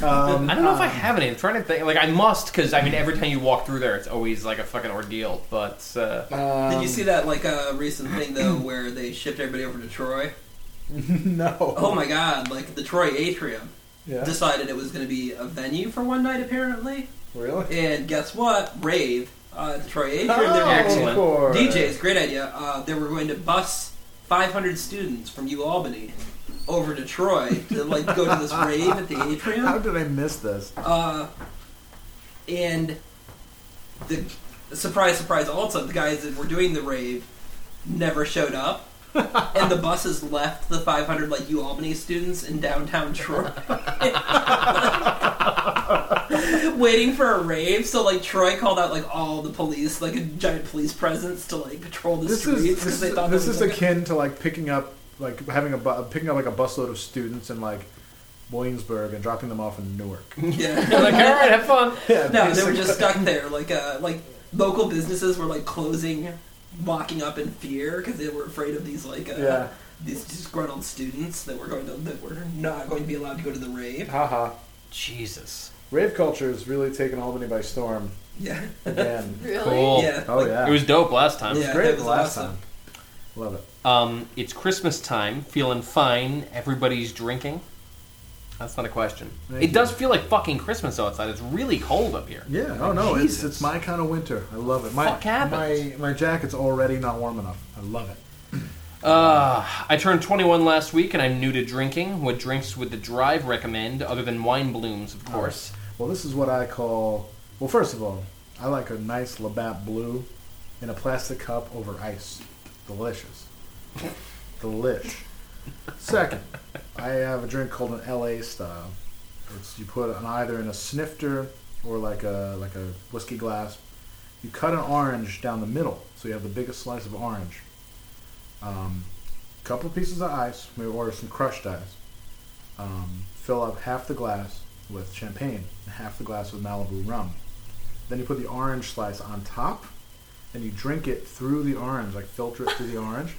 Speaker 2: I don't know if I have any. I'm trying to think. Like I must, because I mean, every time you walk through there, it's always like a fucking ordeal. But uh, (laughs)
Speaker 3: Did you
Speaker 1: Um,
Speaker 3: see that like uh, recent thing though, (clears throat) where they shipped everybody over to Troy?
Speaker 1: (laughs) No.
Speaker 3: Oh my God! Like the Troy Atrium
Speaker 1: Yeah.
Speaker 3: decided it was going to be a venue for one night, apparently.
Speaker 1: really?
Speaker 3: And guess what? Rave uh, at the Troy Atrium.
Speaker 1: Oh,
Speaker 3: they were-
Speaker 2: Excellent.
Speaker 1: of course.
Speaker 3: DJs, great idea. Uh, they were going to bus 500 students from UAlbany over to Troy to like go to this rave at the
Speaker 1: (laughs)
Speaker 3: atrium.
Speaker 1: How did I miss this?
Speaker 3: Uh, and the surprise, surprise. Also, the guys that were doing the rave never
Speaker 1: (laughs)
Speaker 3: showed up, and the buses left the 500 like UAlbany students in downtown Troy, (laughs) waiting for a rave. So like Troy called out like all the police, like a giant police presence to like patrol the
Speaker 1: this
Speaker 3: streets
Speaker 1: is
Speaker 3: because
Speaker 1: this,
Speaker 3: they
Speaker 1: is-
Speaker 3: thought
Speaker 1: this
Speaker 3: there was,
Speaker 1: is
Speaker 3: like,
Speaker 1: akin to like picking up like having a bu- picking up like a busload of students in like Williamsburg and dropping them off in Newark.
Speaker 3: a- (laughs) yeah.
Speaker 2: I'm like, all right, have fun.
Speaker 1: Yeah,
Speaker 3: No, they were just
Speaker 1: (laughs)
Speaker 3: stuck there. Like, uh, like local businesses were like closing, walking up in fear because they were afraid of these like uh,
Speaker 1: Yeah.
Speaker 3: these disgruntled students that were going to that were not going to be allowed to go to the rave.
Speaker 1: haha.
Speaker 2: Jesus.
Speaker 1: Rave culture has really taken Albany by storm
Speaker 3: Yeah,
Speaker 1: again.
Speaker 3: (laughs)
Speaker 4: Really?
Speaker 2: Cool.
Speaker 3: yeah.
Speaker 1: Oh
Speaker 3: like,
Speaker 1: yeah,
Speaker 2: It was dope last time.
Speaker 3: Yeah.
Speaker 1: great
Speaker 3: that was
Speaker 1: last
Speaker 3: awesome.
Speaker 1: time. Love it.
Speaker 2: Um, it's Christmas time. Feeling fine. Everybody's drinking. That's not a question.
Speaker 1: Thank
Speaker 2: it
Speaker 1: you.
Speaker 2: does feel like fucking Christmas outside. It's really cold up here.
Speaker 1: Yeah. Oh no, it's,
Speaker 2: Jesus.
Speaker 1: it's my kind of winter. I love it. My
Speaker 2: Fuck happened?
Speaker 1: my my jacket's already not warm enough. I love it.
Speaker 2: Uh, I turned 21 last week and I'm new to drinking. What drinks would the drive recommend, other than wine blooms, of course?
Speaker 1: Well, this is what I call. Well, first of all, I like a nice Labatt Blue in a plastic cup over ice. Delicious. Delish. Second, I have a drink called an LA style. It's you put an, either in a snifter or like a like a whiskey glass. You cut an orange down the middle, so you have the biggest slice of orange. Um, couple pieces of ice. We order some crushed ice. Um, fill up half the glass with champagne and half the glass with Malibu rum. Then you put the orange slice on top, and you drink it through the orange, like filter it through the orange.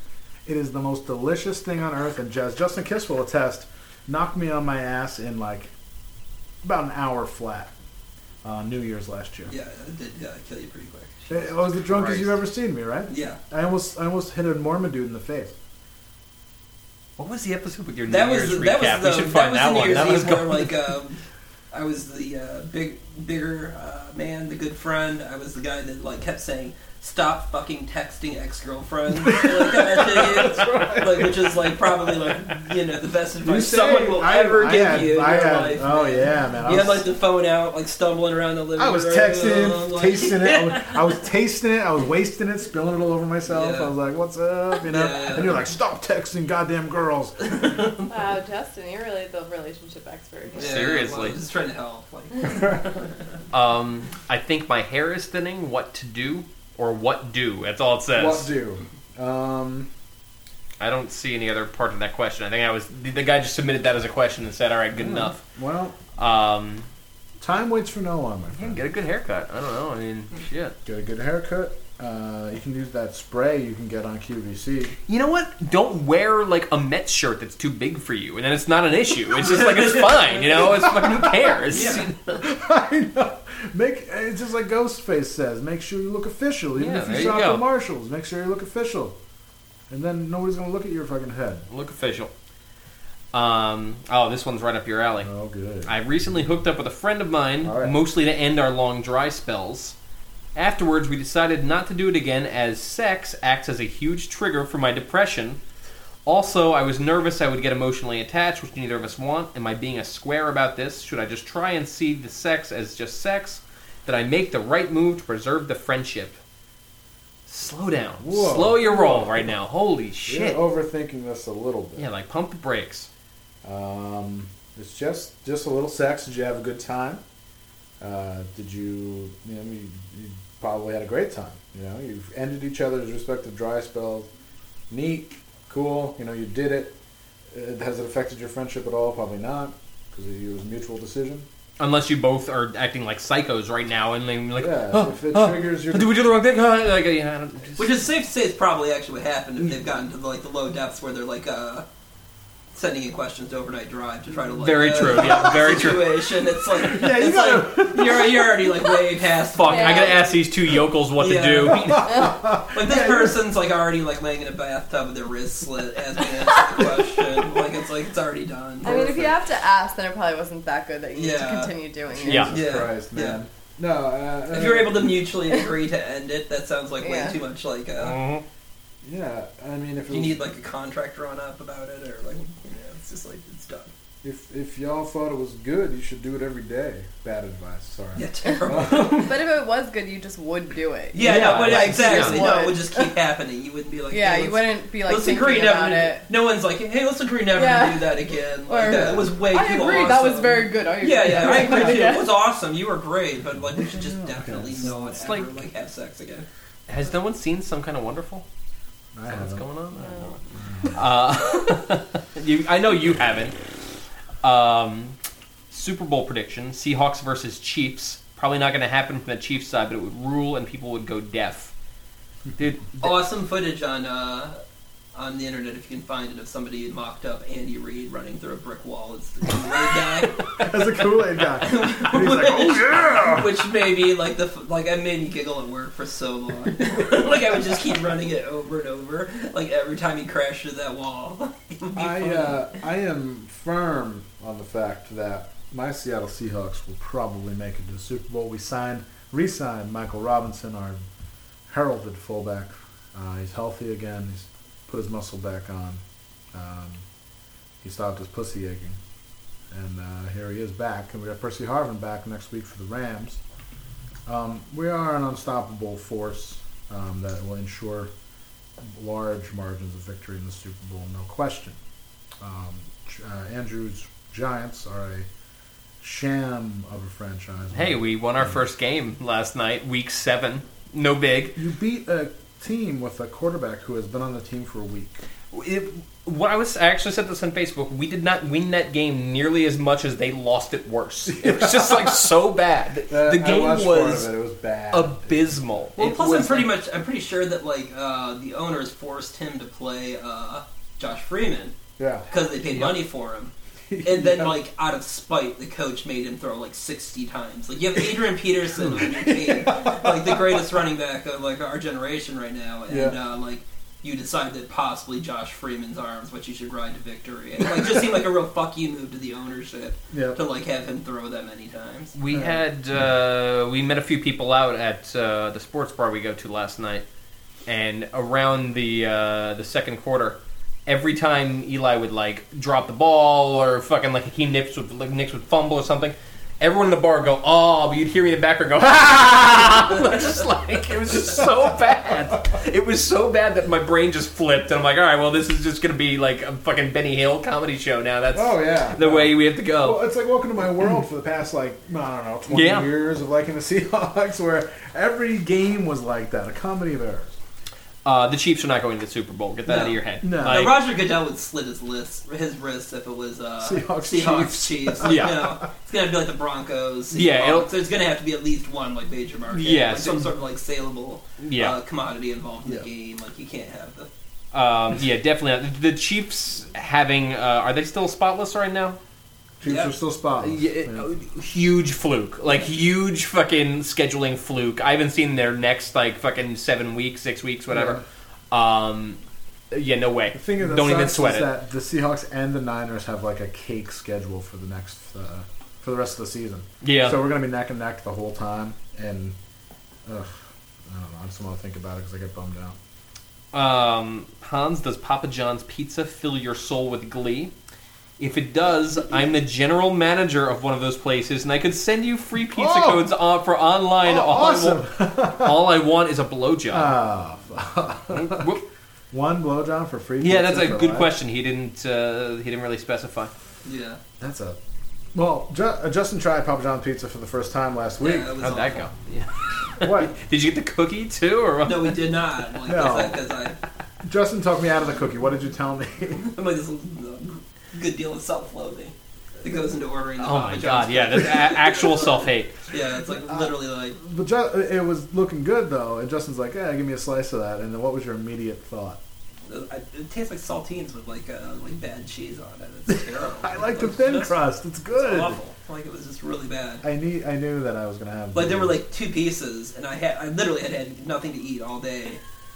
Speaker 1: It is the most delicious thing on earth, and as Justin Kiss will attest, knocked me on my ass in like about an hour flat. Uh, New Year's last year.
Speaker 3: Yeah, it did uh, kill you pretty quick.
Speaker 1: I was the drunkest you've
Speaker 2: Christ.
Speaker 1: ever seen me, right?
Speaker 3: Yeah.
Speaker 1: I almost, I almost hit a Mormon dude in the face.
Speaker 2: What was the episode with your New
Speaker 3: That
Speaker 2: Year's
Speaker 3: was the,
Speaker 2: recap?
Speaker 3: that was
Speaker 2: we
Speaker 3: the,
Speaker 2: should find
Speaker 3: that
Speaker 2: that,
Speaker 3: was the New
Speaker 2: one.
Speaker 3: Year's
Speaker 2: That was
Speaker 3: Eve where
Speaker 2: going.
Speaker 3: like um, I was the uh, big bigger uh, man, the good friend. I was the guy that like kept saying stop fucking texting ex girlfriend, (laughs)
Speaker 1: (laughs)
Speaker 3: like, that shit, like which is like probably like you know the best advice
Speaker 1: say-
Speaker 3: someone will
Speaker 1: I-
Speaker 3: ever
Speaker 1: I
Speaker 3: give
Speaker 1: had-
Speaker 3: you in
Speaker 1: I
Speaker 3: your
Speaker 1: had-
Speaker 3: life.
Speaker 1: oh,
Speaker 3: man.
Speaker 1: yeah, man, I
Speaker 3: You had
Speaker 1: was-
Speaker 3: like the phone out, like stumbling around the living
Speaker 1: I was
Speaker 3: room.
Speaker 1: texting,
Speaker 3: like- (laughs)
Speaker 1: tasting it. I was, I was tasting it. I was wasting it, spilling it all over myself.
Speaker 3: Yeah.
Speaker 1: I was like, "What's up?" You know.
Speaker 3: Yeah.
Speaker 1: And you're like, "Stop texting, goddamn girls."
Speaker 4: (laughs) Wow, Justin, you're really the relationship expert.
Speaker 3: Yeah, well,
Speaker 4: here.
Speaker 2: Seriously.
Speaker 3: I was just trying to help. Like,
Speaker 2: Um, I think my hair is thinning. What to do or what do? That's all it says.
Speaker 1: What do? Um,
Speaker 2: I don't see any other part of that question. I think I was the, the guy just submitted that as a question and said, "All right, good enough."
Speaker 1: well,
Speaker 2: Um,
Speaker 1: time waits for no one, my
Speaker 2: yeah,
Speaker 1: friend.
Speaker 2: get a good haircut. I don't know. I mean, shit.
Speaker 1: Get a good haircut. Uh, you can use that spray you can get on QVC.
Speaker 2: You know what? Don't wear like a Met shirt that's too big for you, and then it's not an issue. It's just like it's fine. You know, it's fucking who cares?
Speaker 3: Yeah.
Speaker 1: (laughs) I know. Make it's just like Ghostface says. Make sure you look official, even
Speaker 2: Yeah,
Speaker 1: if
Speaker 2: there
Speaker 1: you
Speaker 2: you
Speaker 1: shop
Speaker 2: go.
Speaker 1: at Marshalls. Make sure you look official, and then nobody's gonna look at your fucking head.
Speaker 2: Look official. Um, oh, this one's right up your alley.
Speaker 1: Oh, good.
Speaker 2: I recently hooked up with a friend of mine,
Speaker 1: All right.
Speaker 2: mostly to end our long dry spells. Afterwards, we decided not to do it again as sex acts as a huge trigger for my depression. Also, I was nervous I would get emotionally attached, which neither of us want. Am I being a square about this? Should I just try and see the sex as just sex? Did I make the right move to preserve the friendship? Slow down.
Speaker 1: Whoa. oh.
Speaker 2: Slow your roll right now. Holy shit.
Speaker 1: You're overthinking this a little bit.
Speaker 2: yeah, like pump the brakes.
Speaker 1: Um, it's just just a little sex. Did you have a good time? Uh, did you? You, know, you, you probably had a great time. You know, you've ended each other's respective dry spells. Neat, cool. You know, you did it. Uh, Has it affected your friendship at all? Probably not, because it was a mutual decision.
Speaker 2: Unless you both are acting like psychos right now, and then like,
Speaker 1: Yeah,
Speaker 2: "Huh,
Speaker 1: if it
Speaker 2: huh,
Speaker 1: triggers your-
Speaker 2: did we do the wrong thing? Huh?" Like, you know, I don't- just-
Speaker 3: Which is safe to say it's probably actually what happened if they've gotten to like the low depths where they're like uh, sending in questions to overnight drive to try to like
Speaker 2: Very
Speaker 3: uh,
Speaker 2: true, yeah, very true. (laughs)
Speaker 3: situation.
Speaker 1: (laughs)
Speaker 3: It's like yeah,
Speaker 1: you
Speaker 3: you
Speaker 1: gotta-
Speaker 3: like you're you're already like way past
Speaker 2: fuck, I
Speaker 4: Yeah.
Speaker 2: gotta ask these two yokels what
Speaker 3: Yeah.
Speaker 2: to do. (laughs)
Speaker 3: like this person's like already like laying in a bathtub with their wrist slit as we answer the question. Like it's like it's already done.
Speaker 4: I mean, if you have to ask, then it probably wasn't that good that you need to
Speaker 3: Yeah.
Speaker 4: continue doing it.
Speaker 2: Yeah.
Speaker 1: Jesus
Speaker 3: Yeah,
Speaker 1: Christ,
Speaker 3: yeah.
Speaker 1: man. No, uh,
Speaker 3: If you're able to mutually agree to end it, that sounds like way
Speaker 4: Yeah.
Speaker 3: too much. Like uh,
Speaker 2: Mhm.
Speaker 1: yeah. I mean, if it
Speaker 3: you
Speaker 1: was-
Speaker 3: need like a contract drawn up about it, or like you know, it's just like it's done.
Speaker 1: if if y'all thought it was good, you should do it every day. Bad advice. Sorry.
Speaker 3: Yeah, terrible.
Speaker 4: But if it was good, you just would do it.
Speaker 3: Yeah,
Speaker 2: Yeah,
Speaker 3: no, but
Speaker 2: like,
Speaker 3: exactly.
Speaker 4: yeah.
Speaker 3: No, it would just keep happening. You wouldn't be like,
Speaker 4: Yeah,
Speaker 3: hey,
Speaker 4: you
Speaker 3: let's-
Speaker 4: wouldn't be like
Speaker 3: let's
Speaker 4: thinking
Speaker 3: agree never.
Speaker 4: about
Speaker 3: to-
Speaker 4: it.
Speaker 3: No one's like, hey, let's agree never
Speaker 4: Yeah.
Speaker 3: to do that again. Like,
Speaker 4: Or-
Speaker 3: that was way
Speaker 4: I
Speaker 3: too
Speaker 4: agree.
Speaker 3: awesome.
Speaker 4: That was very good. I agree.
Speaker 3: Yeah, yeah, I agree
Speaker 4: (laughs)
Speaker 3: too.
Speaker 4: Yeah.
Speaker 3: It was awesome. You were great, but like, we should just definitely not
Speaker 2: It's
Speaker 3: ever
Speaker 2: like-
Speaker 3: like, have sex again.
Speaker 2: Has no one seen some kind of wonderful?
Speaker 1: I
Speaker 2: Is that What's
Speaker 1: haven't.
Speaker 2: going on? Uh, (laughs) you, I know you haven't. Um, Super Bowl prediction: Seahawks versus Chiefs. Probably not going to happen from the Chiefs side, but it would rule and people would go deaf. Dude,
Speaker 3: Awesome footage on uh, on the internet if you can find it of somebody who mocked up Andy Reid running through a brick wall. It's (laughs) the Kool-Aid guy,
Speaker 1: (laughs) That's a Kool Aid
Speaker 3: (laughs)
Speaker 1: guy. And he's like, oh yeah.
Speaker 3: which made me like the f- like I made me giggle at work for so
Speaker 1: (laughs)
Speaker 3: long. like I would just keep running it over and over. Like every time he crashed into that
Speaker 1: (laughs)
Speaker 3: wall, it would be
Speaker 1: I
Speaker 3: funny.
Speaker 1: uh, I am firm on the fact that my Seattle Seahawks will probably make it to the Super Bowl. We signed, re-signed Michael Robinson, our heralded fullback. Uh, he's healthy again. He's put his muscle back on. Um, he stopped his pussy aching. And uh, here he is back. And we got Percy Harvin back next week for the Rams. Um, we are an unstoppable force um, that will ensure large margins of victory in the Super Bowl, no question. Um, Ch- uh, Andrew's Giants are a sham of a franchise.
Speaker 2: Hey, we won our first game last night, week seven. No big.
Speaker 1: You beat a team with a quarterback who has been on the team for a week.
Speaker 2: It, what I was, I actually said this on Facebook. We did not win that game nearly as much as they lost it worse. It was just like so bad.
Speaker 1: (laughs) Uh,
Speaker 2: the
Speaker 1: I
Speaker 2: game
Speaker 1: watched part
Speaker 2: was
Speaker 1: of it. It was bad.
Speaker 2: abysmal.
Speaker 3: Well,
Speaker 2: It
Speaker 3: plus I'm
Speaker 2: was-
Speaker 3: pretty much I'm pretty sure that like uh, the owners forced him to play uh, Josh Freeman
Speaker 1: yeah.
Speaker 3: because they paid money
Speaker 1: (laughs)
Speaker 3: for him. And then, like out of spite, the coach made him throw like sixty times. Like you have Adrian Peterson on your
Speaker 1: (laughs)
Speaker 3: team, like the greatest running back of like our generation right now, and
Speaker 1: Yeah.
Speaker 3: uh, like you decide that possibly Josh Freeman's arms, what you should ride to victory, and like just seemed like a real fuck you move to the ownership
Speaker 1: Yeah.
Speaker 3: to like have him throw that many times.
Speaker 2: We had uh, we met a few people out at uh, the sports bar we go to last night, and around the uh, the second quarter, every time Eli would like drop the ball or fucking like Hakeem Nicks would like Nicks would fumble or something, everyone in the bar would go oh, but you'd hear me in the background go (laughs) ha! just like it was just so bad. It was so bad that my brain just flipped, and I'm like, all right, well this is just gonna be like a fucking Benny Hill comedy show now. That's
Speaker 1: Oh, yeah.
Speaker 2: the way we have to go.
Speaker 1: Well, it's like welcome to my world for the past like I don't know twenty
Speaker 2: Yeah.
Speaker 1: years of liking the (laughs) Seahawks, where every game was like that—a comedy of errors.
Speaker 2: Uh, the Chiefs are not going to the Super Bowl. Get that
Speaker 3: No.
Speaker 2: out of your head.
Speaker 1: No.
Speaker 3: Now,
Speaker 2: Like,
Speaker 3: Roger Goodell would slit his list, his wrist if it was uh,
Speaker 1: (laughs) Seahawks,
Speaker 3: Seahawks, Chiefs. Like,
Speaker 2: Yeah.
Speaker 3: you know, it's gonna have to be like the Broncos.
Speaker 2: Yeah,
Speaker 3: Seahawks.
Speaker 2: it'll-
Speaker 3: there's gonna have to be at least one like major market.
Speaker 2: Yeah,
Speaker 3: like, some
Speaker 2: so-
Speaker 3: sort of like saleable
Speaker 2: Yeah.
Speaker 3: uh, commodity involved in the
Speaker 1: Yeah.
Speaker 3: game. Like you can't have the.
Speaker 2: um, yeah, definitely not. The Chiefs having uh, are they still spotless right now?
Speaker 1: Chiefs
Speaker 3: Yeah.
Speaker 1: are still spotless. Yeah.
Speaker 2: uh, Huge fluke, like huge fucking scheduling fluke. I haven't seen their next like fucking seven weeks, six weeks, whatever. Um, yeah, no way.
Speaker 1: The thing that
Speaker 2: Don't even
Speaker 1: sucks
Speaker 2: sweat
Speaker 1: is
Speaker 2: it.
Speaker 1: that the Seahawks and the Niners have like a cake schedule for the next uh, for the rest of the season.
Speaker 2: Yeah.
Speaker 1: So we're gonna be neck and neck the whole time, and ugh, I don't know. I just want to think about it because I get bummed out.
Speaker 2: Um, Hans, does Papa John's pizza fill your soul with glee? If it does, I'm the general manager of one of those places, and I could send you free pizza
Speaker 1: Oh!
Speaker 2: codes on, for online.
Speaker 1: Oh,
Speaker 2: all,
Speaker 1: awesome. (laughs)
Speaker 2: I want, all I want is a blowjob.
Speaker 1: Ah, fuck.
Speaker 2: Whoop.
Speaker 1: one blowjob for free.
Speaker 2: yeah, that's
Speaker 1: pizza
Speaker 2: a
Speaker 1: for
Speaker 2: good
Speaker 1: life?
Speaker 2: question. He didn't. Uh, he didn't really specify.
Speaker 3: Yeah.
Speaker 1: That's a well. Ju- uh, Justin tried Papa John pizza for the first time last week.
Speaker 3: that was
Speaker 2: How'd that go?
Speaker 3: awful.
Speaker 2: Yeah. (laughs)
Speaker 1: what?
Speaker 2: Did you get the cookie too, or what?
Speaker 3: No, we
Speaker 1: (laughs)
Speaker 3: did not. Like,
Speaker 1: No.
Speaker 3: because I,
Speaker 1: Justin talked me out of the cookie. What did you tell me?
Speaker 3: I'm like this uh, good deal of self-loathing that goes into ordering. The
Speaker 2: Oh
Speaker 3: Papa
Speaker 2: my
Speaker 3: John's
Speaker 2: god! Yeah, that's a- actual self hate.
Speaker 3: pizza. Yeah, it's like literally like
Speaker 1: (laughs) but Ju- it was looking good though, and Justin's like, "Yeah, give me a slice of that." And then what was your immediate thought?
Speaker 3: uh, it tastes like saltines with like uh, like bad cheese on it.
Speaker 1: (laughs)
Speaker 3: It's terrible.
Speaker 1: I like the thin
Speaker 3: It's
Speaker 1: crust. It's good.
Speaker 3: awful. Like it was just really bad.
Speaker 1: I knew I knew that I was gonna have.
Speaker 3: Like there were like two pieces, and I had I literally had had nothing to eat all day,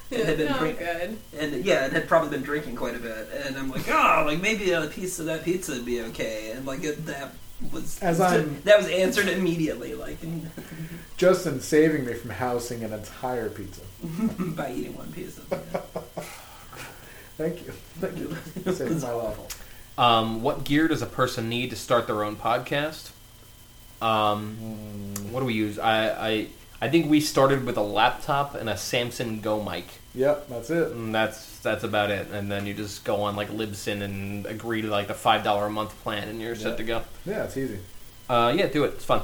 Speaker 3: It had been
Speaker 4: Not
Speaker 3: great.
Speaker 4: good.
Speaker 3: and yeah, and had probably been drinking quite a bit. And I'm like, oh, like maybe a piece of that pizza would be okay. And like it, that was
Speaker 1: As I'm-
Speaker 3: that was answered immediately, like (laughs) in-
Speaker 1: Justin saving me from housing an entire pizza.
Speaker 3: by eating one piece. Of it.
Speaker 1: Thank you. (laughs) Thank
Speaker 2: (laughs)
Speaker 1: you. You
Speaker 3: It
Speaker 1: saved
Speaker 3: was
Speaker 1: my life.
Speaker 3: awful.
Speaker 2: Um, what gear does a person need to start their own podcast? Um,
Speaker 1: Hmm.
Speaker 2: what do we use? I, I I think we started with a laptop and a Samson Go mic.
Speaker 1: Yep, that's it.
Speaker 2: And that's that's about it. And then you just go on like Libsyn and agree to like the five dollar a month plan, and you're set
Speaker 1: Yeah.
Speaker 2: to go.
Speaker 1: Yeah, it's easy.
Speaker 2: Uh, yeah, do it. It's fun.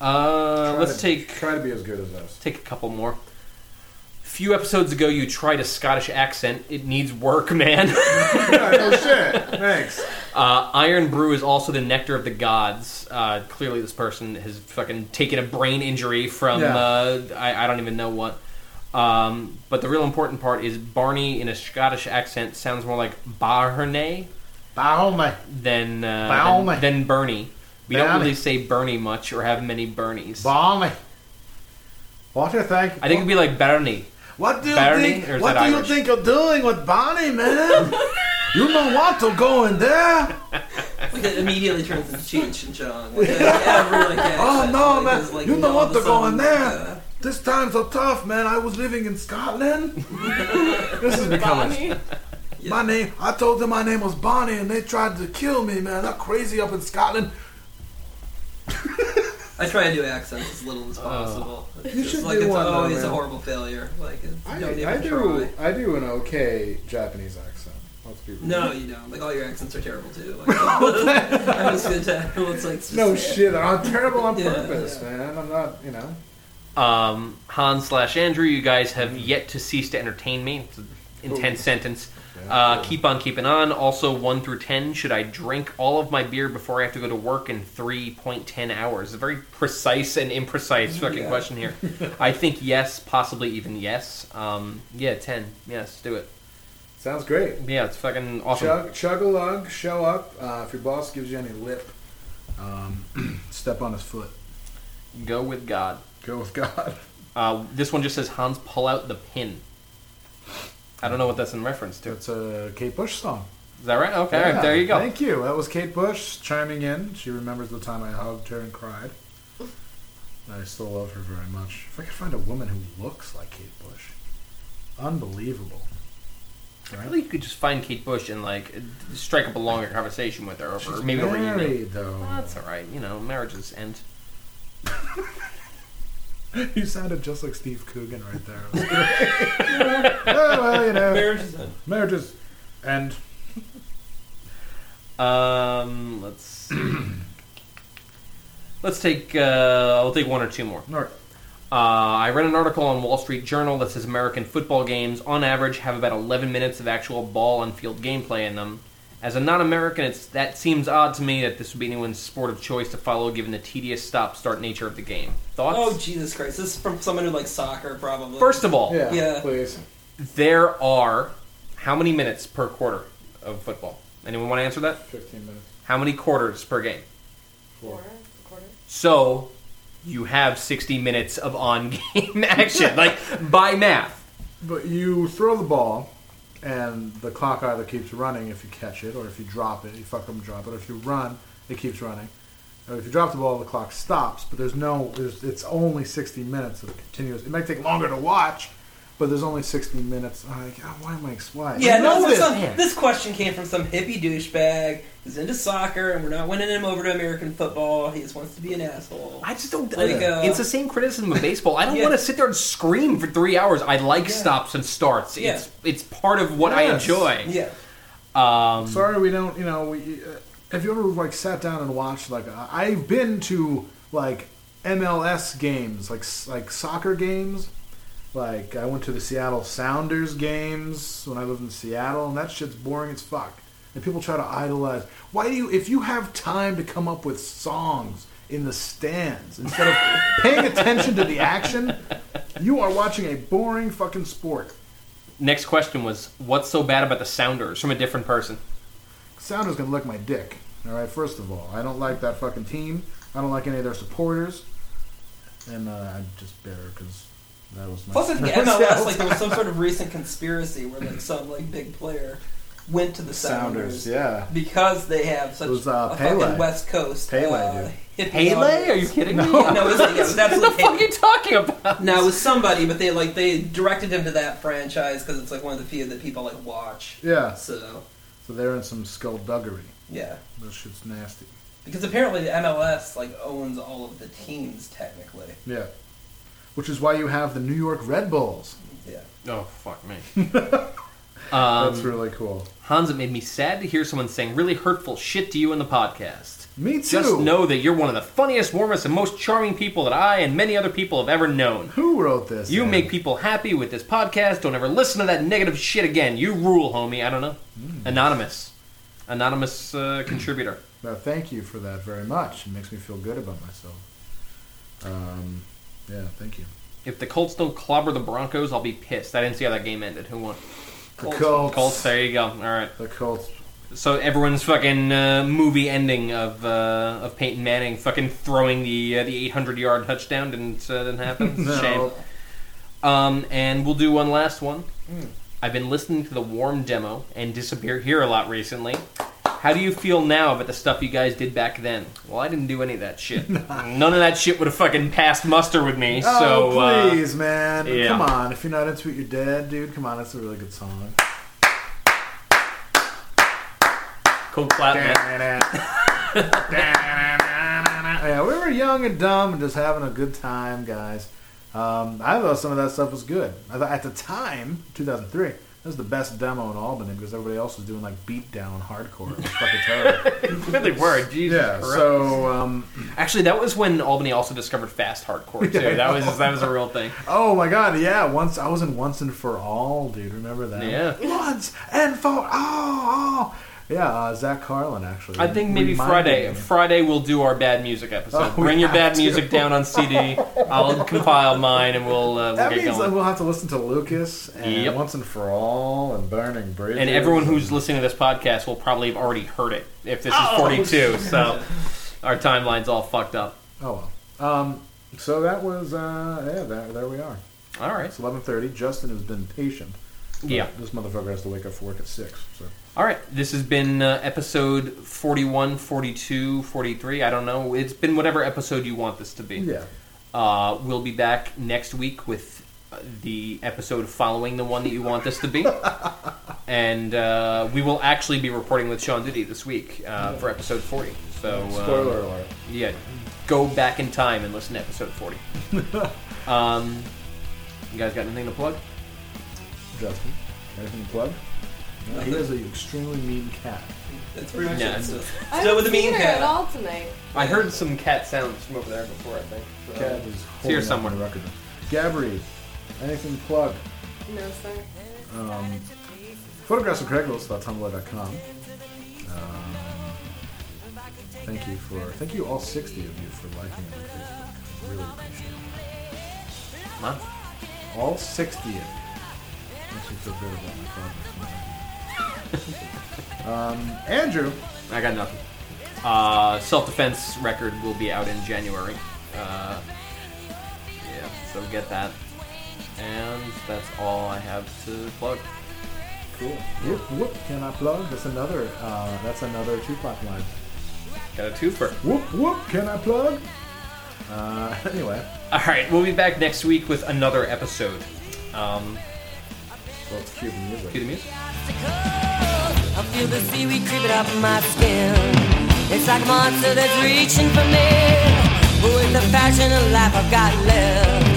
Speaker 2: Uh,
Speaker 1: Try
Speaker 2: let's
Speaker 1: to-
Speaker 2: take
Speaker 1: try to be as good as us. (laughs)
Speaker 2: take a couple more. Few episodes ago, you tried a Scottish accent. It needs work, (laughs) man.
Speaker 1: yeah, no shit.
Speaker 2: (laughs)
Speaker 1: Thanks.
Speaker 2: Uh, Iron Brew is also the nectar of the gods. Uh, clearly, this person has fucking taken a brain injury from
Speaker 1: Yeah.
Speaker 2: uh, I, I don't even know what. Um, but the real important part is Barney in a Scottish accent sounds more like Barney
Speaker 1: Bye,
Speaker 2: than uh,
Speaker 1: Barney.
Speaker 2: than, than Bernie. We don't
Speaker 1: Barney.
Speaker 2: really say Bernie much or have many Bernies.
Speaker 1: Barney. What do you think?
Speaker 2: I think it'd be like Bernie.
Speaker 1: What do you
Speaker 2: Barney, or
Speaker 1: think?
Speaker 2: is
Speaker 1: What do
Speaker 2: that
Speaker 1: you
Speaker 2: Irish?
Speaker 1: think you're doing with Barney, man? you don't want to go in
Speaker 3: (laughs)
Speaker 1: there.
Speaker 3: Like it immediately turns
Speaker 1: (laughs)
Speaker 3: into Cheech and Chong. Like, every, like,
Speaker 1: Oh
Speaker 3: accent,
Speaker 1: no,
Speaker 3: like,
Speaker 1: man!
Speaker 3: is, like,
Speaker 1: you don't
Speaker 3: all
Speaker 1: want
Speaker 3: of a
Speaker 1: to go in
Speaker 3: sudden, uh,
Speaker 1: there. This time's so tough, man. I was living in
Speaker 3: (laughs)
Speaker 1: Scotland. this is becoming.
Speaker 4: Bonnie.
Speaker 1: (laughs) My name. I told them my name was Bonnie, and they tried to kill me, man. That crazy up in Scotland.
Speaker 3: I try and do accents as little as possible. It's
Speaker 1: You
Speaker 3: just
Speaker 1: should
Speaker 3: like
Speaker 1: do
Speaker 3: it's
Speaker 1: one, though,
Speaker 3: always a
Speaker 1: man.
Speaker 3: horrible failure. Like it's,
Speaker 1: I,
Speaker 3: don't even
Speaker 1: I do.
Speaker 3: try.
Speaker 1: I do an okay Japanese accent. Let's be real.
Speaker 3: No, you don't. Like all your accents are terrible too.
Speaker 1: (laughs)
Speaker 3: Like, (laughs) I'm just gonna tell. It's like just
Speaker 1: No
Speaker 3: say it.
Speaker 1: shit. I'm terrible on
Speaker 3: (laughs) Yeah,
Speaker 1: purpose,
Speaker 3: yeah.
Speaker 1: man. I'm not. You know.
Speaker 2: Um, Hans slash Andrew, you guys have yet to cease to entertain me. It's an intense sentence. Uh, keep on keeping on. Also, 1 through 10, should I drink all of my beer before I have to go to work in 3.10 hours? A very precise and imprecise fucking
Speaker 3: Yeah.
Speaker 1: (laughs)
Speaker 2: question here. I think yes, possibly even yes. Um, yeah, 10. Yes, do it.
Speaker 1: Sounds great.
Speaker 2: Yeah, it's fucking awesome.
Speaker 1: Chug, chug a lug, show up. Uh, if your boss gives you any lip, um, (clears throat) step on his foot.
Speaker 2: Go with God.
Speaker 1: Go with God.
Speaker 2: Uh, this one just says Hans, pull out the pin. I don't know what that's in reference to.
Speaker 1: (laughs)
Speaker 2: Is
Speaker 1: That's a Kate Bush song.
Speaker 2: that right? Okay, all
Speaker 1: Yeah,
Speaker 2: right, there you go.
Speaker 1: Thank you. That was Kate Bush chiming in. She remembers the time I hugged her and cried. I still love her very much. If I could find a woman who looks like Kate Bush, unbelievable.
Speaker 2: I really could just find Kate Bush and like strike up a longer conversation with her, or maybe over email.
Speaker 1: married though.
Speaker 2: That's all right. You know, marriages end.
Speaker 1: (laughs) You sounded just like Steve Coogan right there. (laughs) It was great. oh, well, you know, marriages end. (clears throat)
Speaker 2: Um, let's see. let's take. Uh, I'll take one or two more.
Speaker 1: All right.
Speaker 2: Uh, I read an article on Wall Street Journal that says American football games, on average, have about 11 minutes of actual ball and field gameplay in them. As a non-American, it's, that seems odd to me that this would be anyone's sport of choice to follow, given the tedious stop-start nature of the game. Thoughts?
Speaker 3: Oh Jesus Christ! This is from someone who likes soccer, probably.
Speaker 2: First of all,
Speaker 1: Oh, Yeah,
Speaker 3: Yeah.
Speaker 1: please.
Speaker 2: There are how many minutes per quarter of football? Anyone want to answer that?
Speaker 1: 15 minutes.
Speaker 2: How many quarters per game?
Speaker 4: Quarter, quarter.
Speaker 2: So you have 60 minutes of on game (laughs) action, like by math.
Speaker 1: But you throw the ball, and the clock either keeps running if you catch it, or if you drop it, you fuck them, drop it. Or if you run, it keeps running. Or if you drop the ball, the clock stops. But there's no, there's, it's only 60 minutes of continuous. It might take longer to watch, but there's only 60 minutes. I'm like, oh, why am I explaining?
Speaker 3: Yeah, no,
Speaker 2: this.
Speaker 3: this. this question came from some hippie douchebag who's into soccer, and we're not winning him over to American football. He just wants to be an asshole.
Speaker 2: I just don't.
Speaker 3: Like, uh,
Speaker 2: it's the same criticism of baseball. I don't
Speaker 3: Yeah.
Speaker 2: want to sit there and scream for three hours. I like stops and starts.
Speaker 3: Yeah.
Speaker 2: It's it's part of what I
Speaker 1: Yes.
Speaker 2: enjoy.
Speaker 3: yeah,
Speaker 2: Um,
Speaker 1: Sorry, we don't. You know, we. Uh, have you ever like sat down and watched like I- I've been to like MLS games, like s- like soccer games. Like I went to the Seattle Sounders games when I lived in Seattle, and that shit's boring as fuck. And people try to idolize. Why do you? If you have time to come up with songs in the stands instead of paying attention to the action, you are watching a boring fucking sport.
Speaker 2: next question was, what's so bad about the Sounders? From a different person.
Speaker 1: Sounders gonna lick my dick. All right, first of all, I don't like that fucking team. I don't like any of their supporters, and uh, I'm just bitter because that was my. (laughs)
Speaker 3: Plus, I think MLS, like, there was some sort of recent conspiracy where, like, some, like, big player went to the Sounders.
Speaker 1: Sounders, yeah.
Speaker 3: Because they have such
Speaker 1: It was, uh,
Speaker 3: a
Speaker 1: Pele.
Speaker 3: fucking West Coast.
Speaker 1: Pele,
Speaker 3: uh, hippie
Speaker 2: Pele? Are you
Speaker 3: audience.
Speaker 2: kidding me?
Speaker 3: No, it was, yeah, that's
Speaker 2: What the fuck are you talking about?
Speaker 3: Now, it was somebody, but they, like, they directed him to that franchise because it's, like, one of the few that people, like, watch.
Speaker 1: Yeah,
Speaker 3: So,
Speaker 1: so they're in some skullduggery.
Speaker 3: yeah.
Speaker 1: That shit's nasty.
Speaker 3: Because apparently the MLS, like, owns all of the teams, technically.
Speaker 1: Yeah, which is why you have the New York Red Bulls.
Speaker 3: Yeah.
Speaker 2: Oh fuck me. Um,
Speaker 1: That's really cool.
Speaker 2: Hans, it made me sad to hear someone saying really hurtful shit to you in the podcast.
Speaker 1: Me too.
Speaker 2: Just know that you're one of the funniest, warmest, and most charming people that I and many other people have ever known.
Speaker 1: who wrote this.
Speaker 2: You
Speaker 1: man?
Speaker 2: make people happy with this podcast. Don't ever listen to that negative shit again. You rule, homie. I don't know.
Speaker 1: Hmm.
Speaker 2: Anonymous. Anonymous uh, contributor.
Speaker 1: Now, thank you for that very much. It makes me feel good about myself. Um, yeah, thank you.
Speaker 2: If the Colts don't clobber the Broncos, I'll be pissed. I didn't see how that game ended. Who won?
Speaker 1: The
Speaker 3: Colts.
Speaker 1: Colts.
Speaker 2: Colts, there you go. All right.
Speaker 1: The Colts
Speaker 2: So everyone's fucking uh, movie ending of uh, of Peyton Manning fucking throwing the uh, the 800 yard touchdown didn't uh, didn't happen.
Speaker 1: (laughs)
Speaker 2: It's a
Speaker 1: No.
Speaker 2: shame. Um, and we'll do one
Speaker 1: Hmm.
Speaker 2: last one. I've been listening to the Warm demo and disappear here a lot recently. How do you feel now about the stuff you guys did back then? Well, I didn't do any of that shit.
Speaker 1: (laughs)
Speaker 2: None of that shit would have fucking passed muster with me. so
Speaker 1: oh,
Speaker 2: uh,
Speaker 1: please, man.
Speaker 2: yeah.
Speaker 1: Come on. If you're not into it, you're dead, dude. Come on. That's a really good song. Uh,
Speaker 2: cold clap, man.
Speaker 1: yeah, we were young and dumb and just having a good time, guys. Um, I thought some of that stuff was good. I thought at the time, 2003, that was the best demo in Albany because everybody else was doing like beatdown hardcore. It was
Speaker 2: (laughs)
Speaker 1: fucking terrible.
Speaker 2: really were. Jesus
Speaker 1: yeah.
Speaker 2: Christ.
Speaker 1: So, um,
Speaker 2: Actually, that was when Albany also discovered fast hardcore too. That was that was a real thing.
Speaker 1: oh my god, yeah. Once I was in Once and for All, dude. Remember that?
Speaker 2: Yeah.
Speaker 1: Once and for all. all. Yeah, uh, Zach Carlin actually.
Speaker 2: I think maybe
Speaker 1: reminded
Speaker 2: Friday.
Speaker 1: me.
Speaker 2: Friday we'll do our bad music episode.
Speaker 1: Oh, we
Speaker 2: Bring your
Speaker 1: have
Speaker 2: bad
Speaker 1: to.
Speaker 2: music down on CD.
Speaker 1: (laughs)
Speaker 2: I'll compile mine and we'll uh, we'll
Speaker 1: That
Speaker 2: get
Speaker 1: means
Speaker 2: going.
Speaker 1: that we'll have to listen to Lucas and
Speaker 2: Yep.
Speaker 1: Once and For All and Burning Bridges.
Speaker 2: and everyone who's listening to this podcast will probably have already heard it if this is
Speaker 1: Oh.
Speaker 2: 42.
Speaker 1: (laughs)
Speaker 2: So our timeline's all fucked up.
Speaker 1: Oh well. Um, so that was uh, yeah. That, there we are.
Speaker 2: All right.
Speaker 1: It's eleven thirty. Justin has been patient.
Speaker 2: Yeah.
Speaker 1: This motherfucker has to wake up for work at six. So
Speaker 2: All right. This has been uh, episode 41, 42, 43. I don't know. It's been whatever episode you want this to be.
Speaker 1: yeah.
Speaker 2: Uh, we'll be back next week with uh, the episode following the one that you want this to
Speaker 1: (laughs)
Speaker 2: be. and uh, we will actually be reporting with Sean Duty this week uh, for episode 40. So, um,
Speaker 1: Spoiler alert.
Speaker 2: yeah, go back in time and listen to
Speaker 1: (laughs)
Speaker 2: episode 40. um, you guys got anything to plug?
Speaker 1: Justin, anything to plug? No, he has an extremely mean cat.
Speaker 3: That's pretty much
Speaker 2: Yeah.
Speaker 3: it. So- Still
Speaker 4: I haven't
Speaker 3: with the mean
Speaker 4: seen her
Speaker 3: cat.
Speaker 4: at all tonight.
Speaker 2: I heard some cat sounds from over there before, I think. So-
Speaker 1: Cat is
Speaker 2: here
Speaker 1: holding up
Speaker 2: somewhere.
Speaker 1: on the record. Gabri, anything to plug?
Speaker 4: No, sir.
Speaker 1: Um, photographs of Craigslist.tumblr.com. Um, thank you for thank you all sixty of you for liking it on Facebook. I Really appreciate it.
Speaker 2: Huh?
Speaker 1: All sixty of you. Makes me feel good about my progress. um, Andrew,
Speaker 2: I got nothing. Uh, Self defense record will be out in January. Uh, yeah, so get that. And that's all I have to plug.
Speaker 1: cool. Whoop whoop. Can I plug? That's another. Uh, that's another Tupac line.
Speaker 2: Got a twofer.
Speaker 1: Whoop whoop. Can I plug? Uh, (laughs) anyway,
Speaker 2: All right, we'll be back next week with another episode. Um,
Speaker 1: well, it's Cuban music.
Speaker 2: cue the music.
Speaker 5: I feel the seaweed creeping up my skin. It's like a monster that's reaching for me. But with the fashion of life I've got left,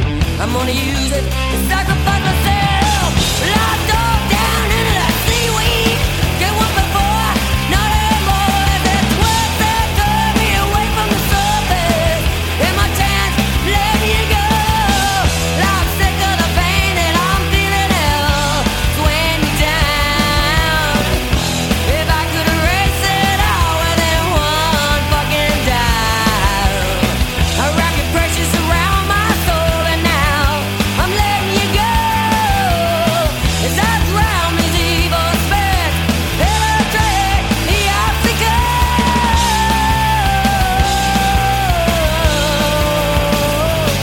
Speaker 5: I'm gonna use it to sacrifice myself. Well, I dove down into that seaweed. Get one before, not anymore. If it's worth it, throw me away from the surface. In my chance, let you go. Well, I'm sick of the pain that I'm feeling now. It's weighing me down. If I could erase it all within one fucking dial, a rocket precious around my soul, and now I'm letting you go. As I drown these evil spirits, penetrate the obstacle.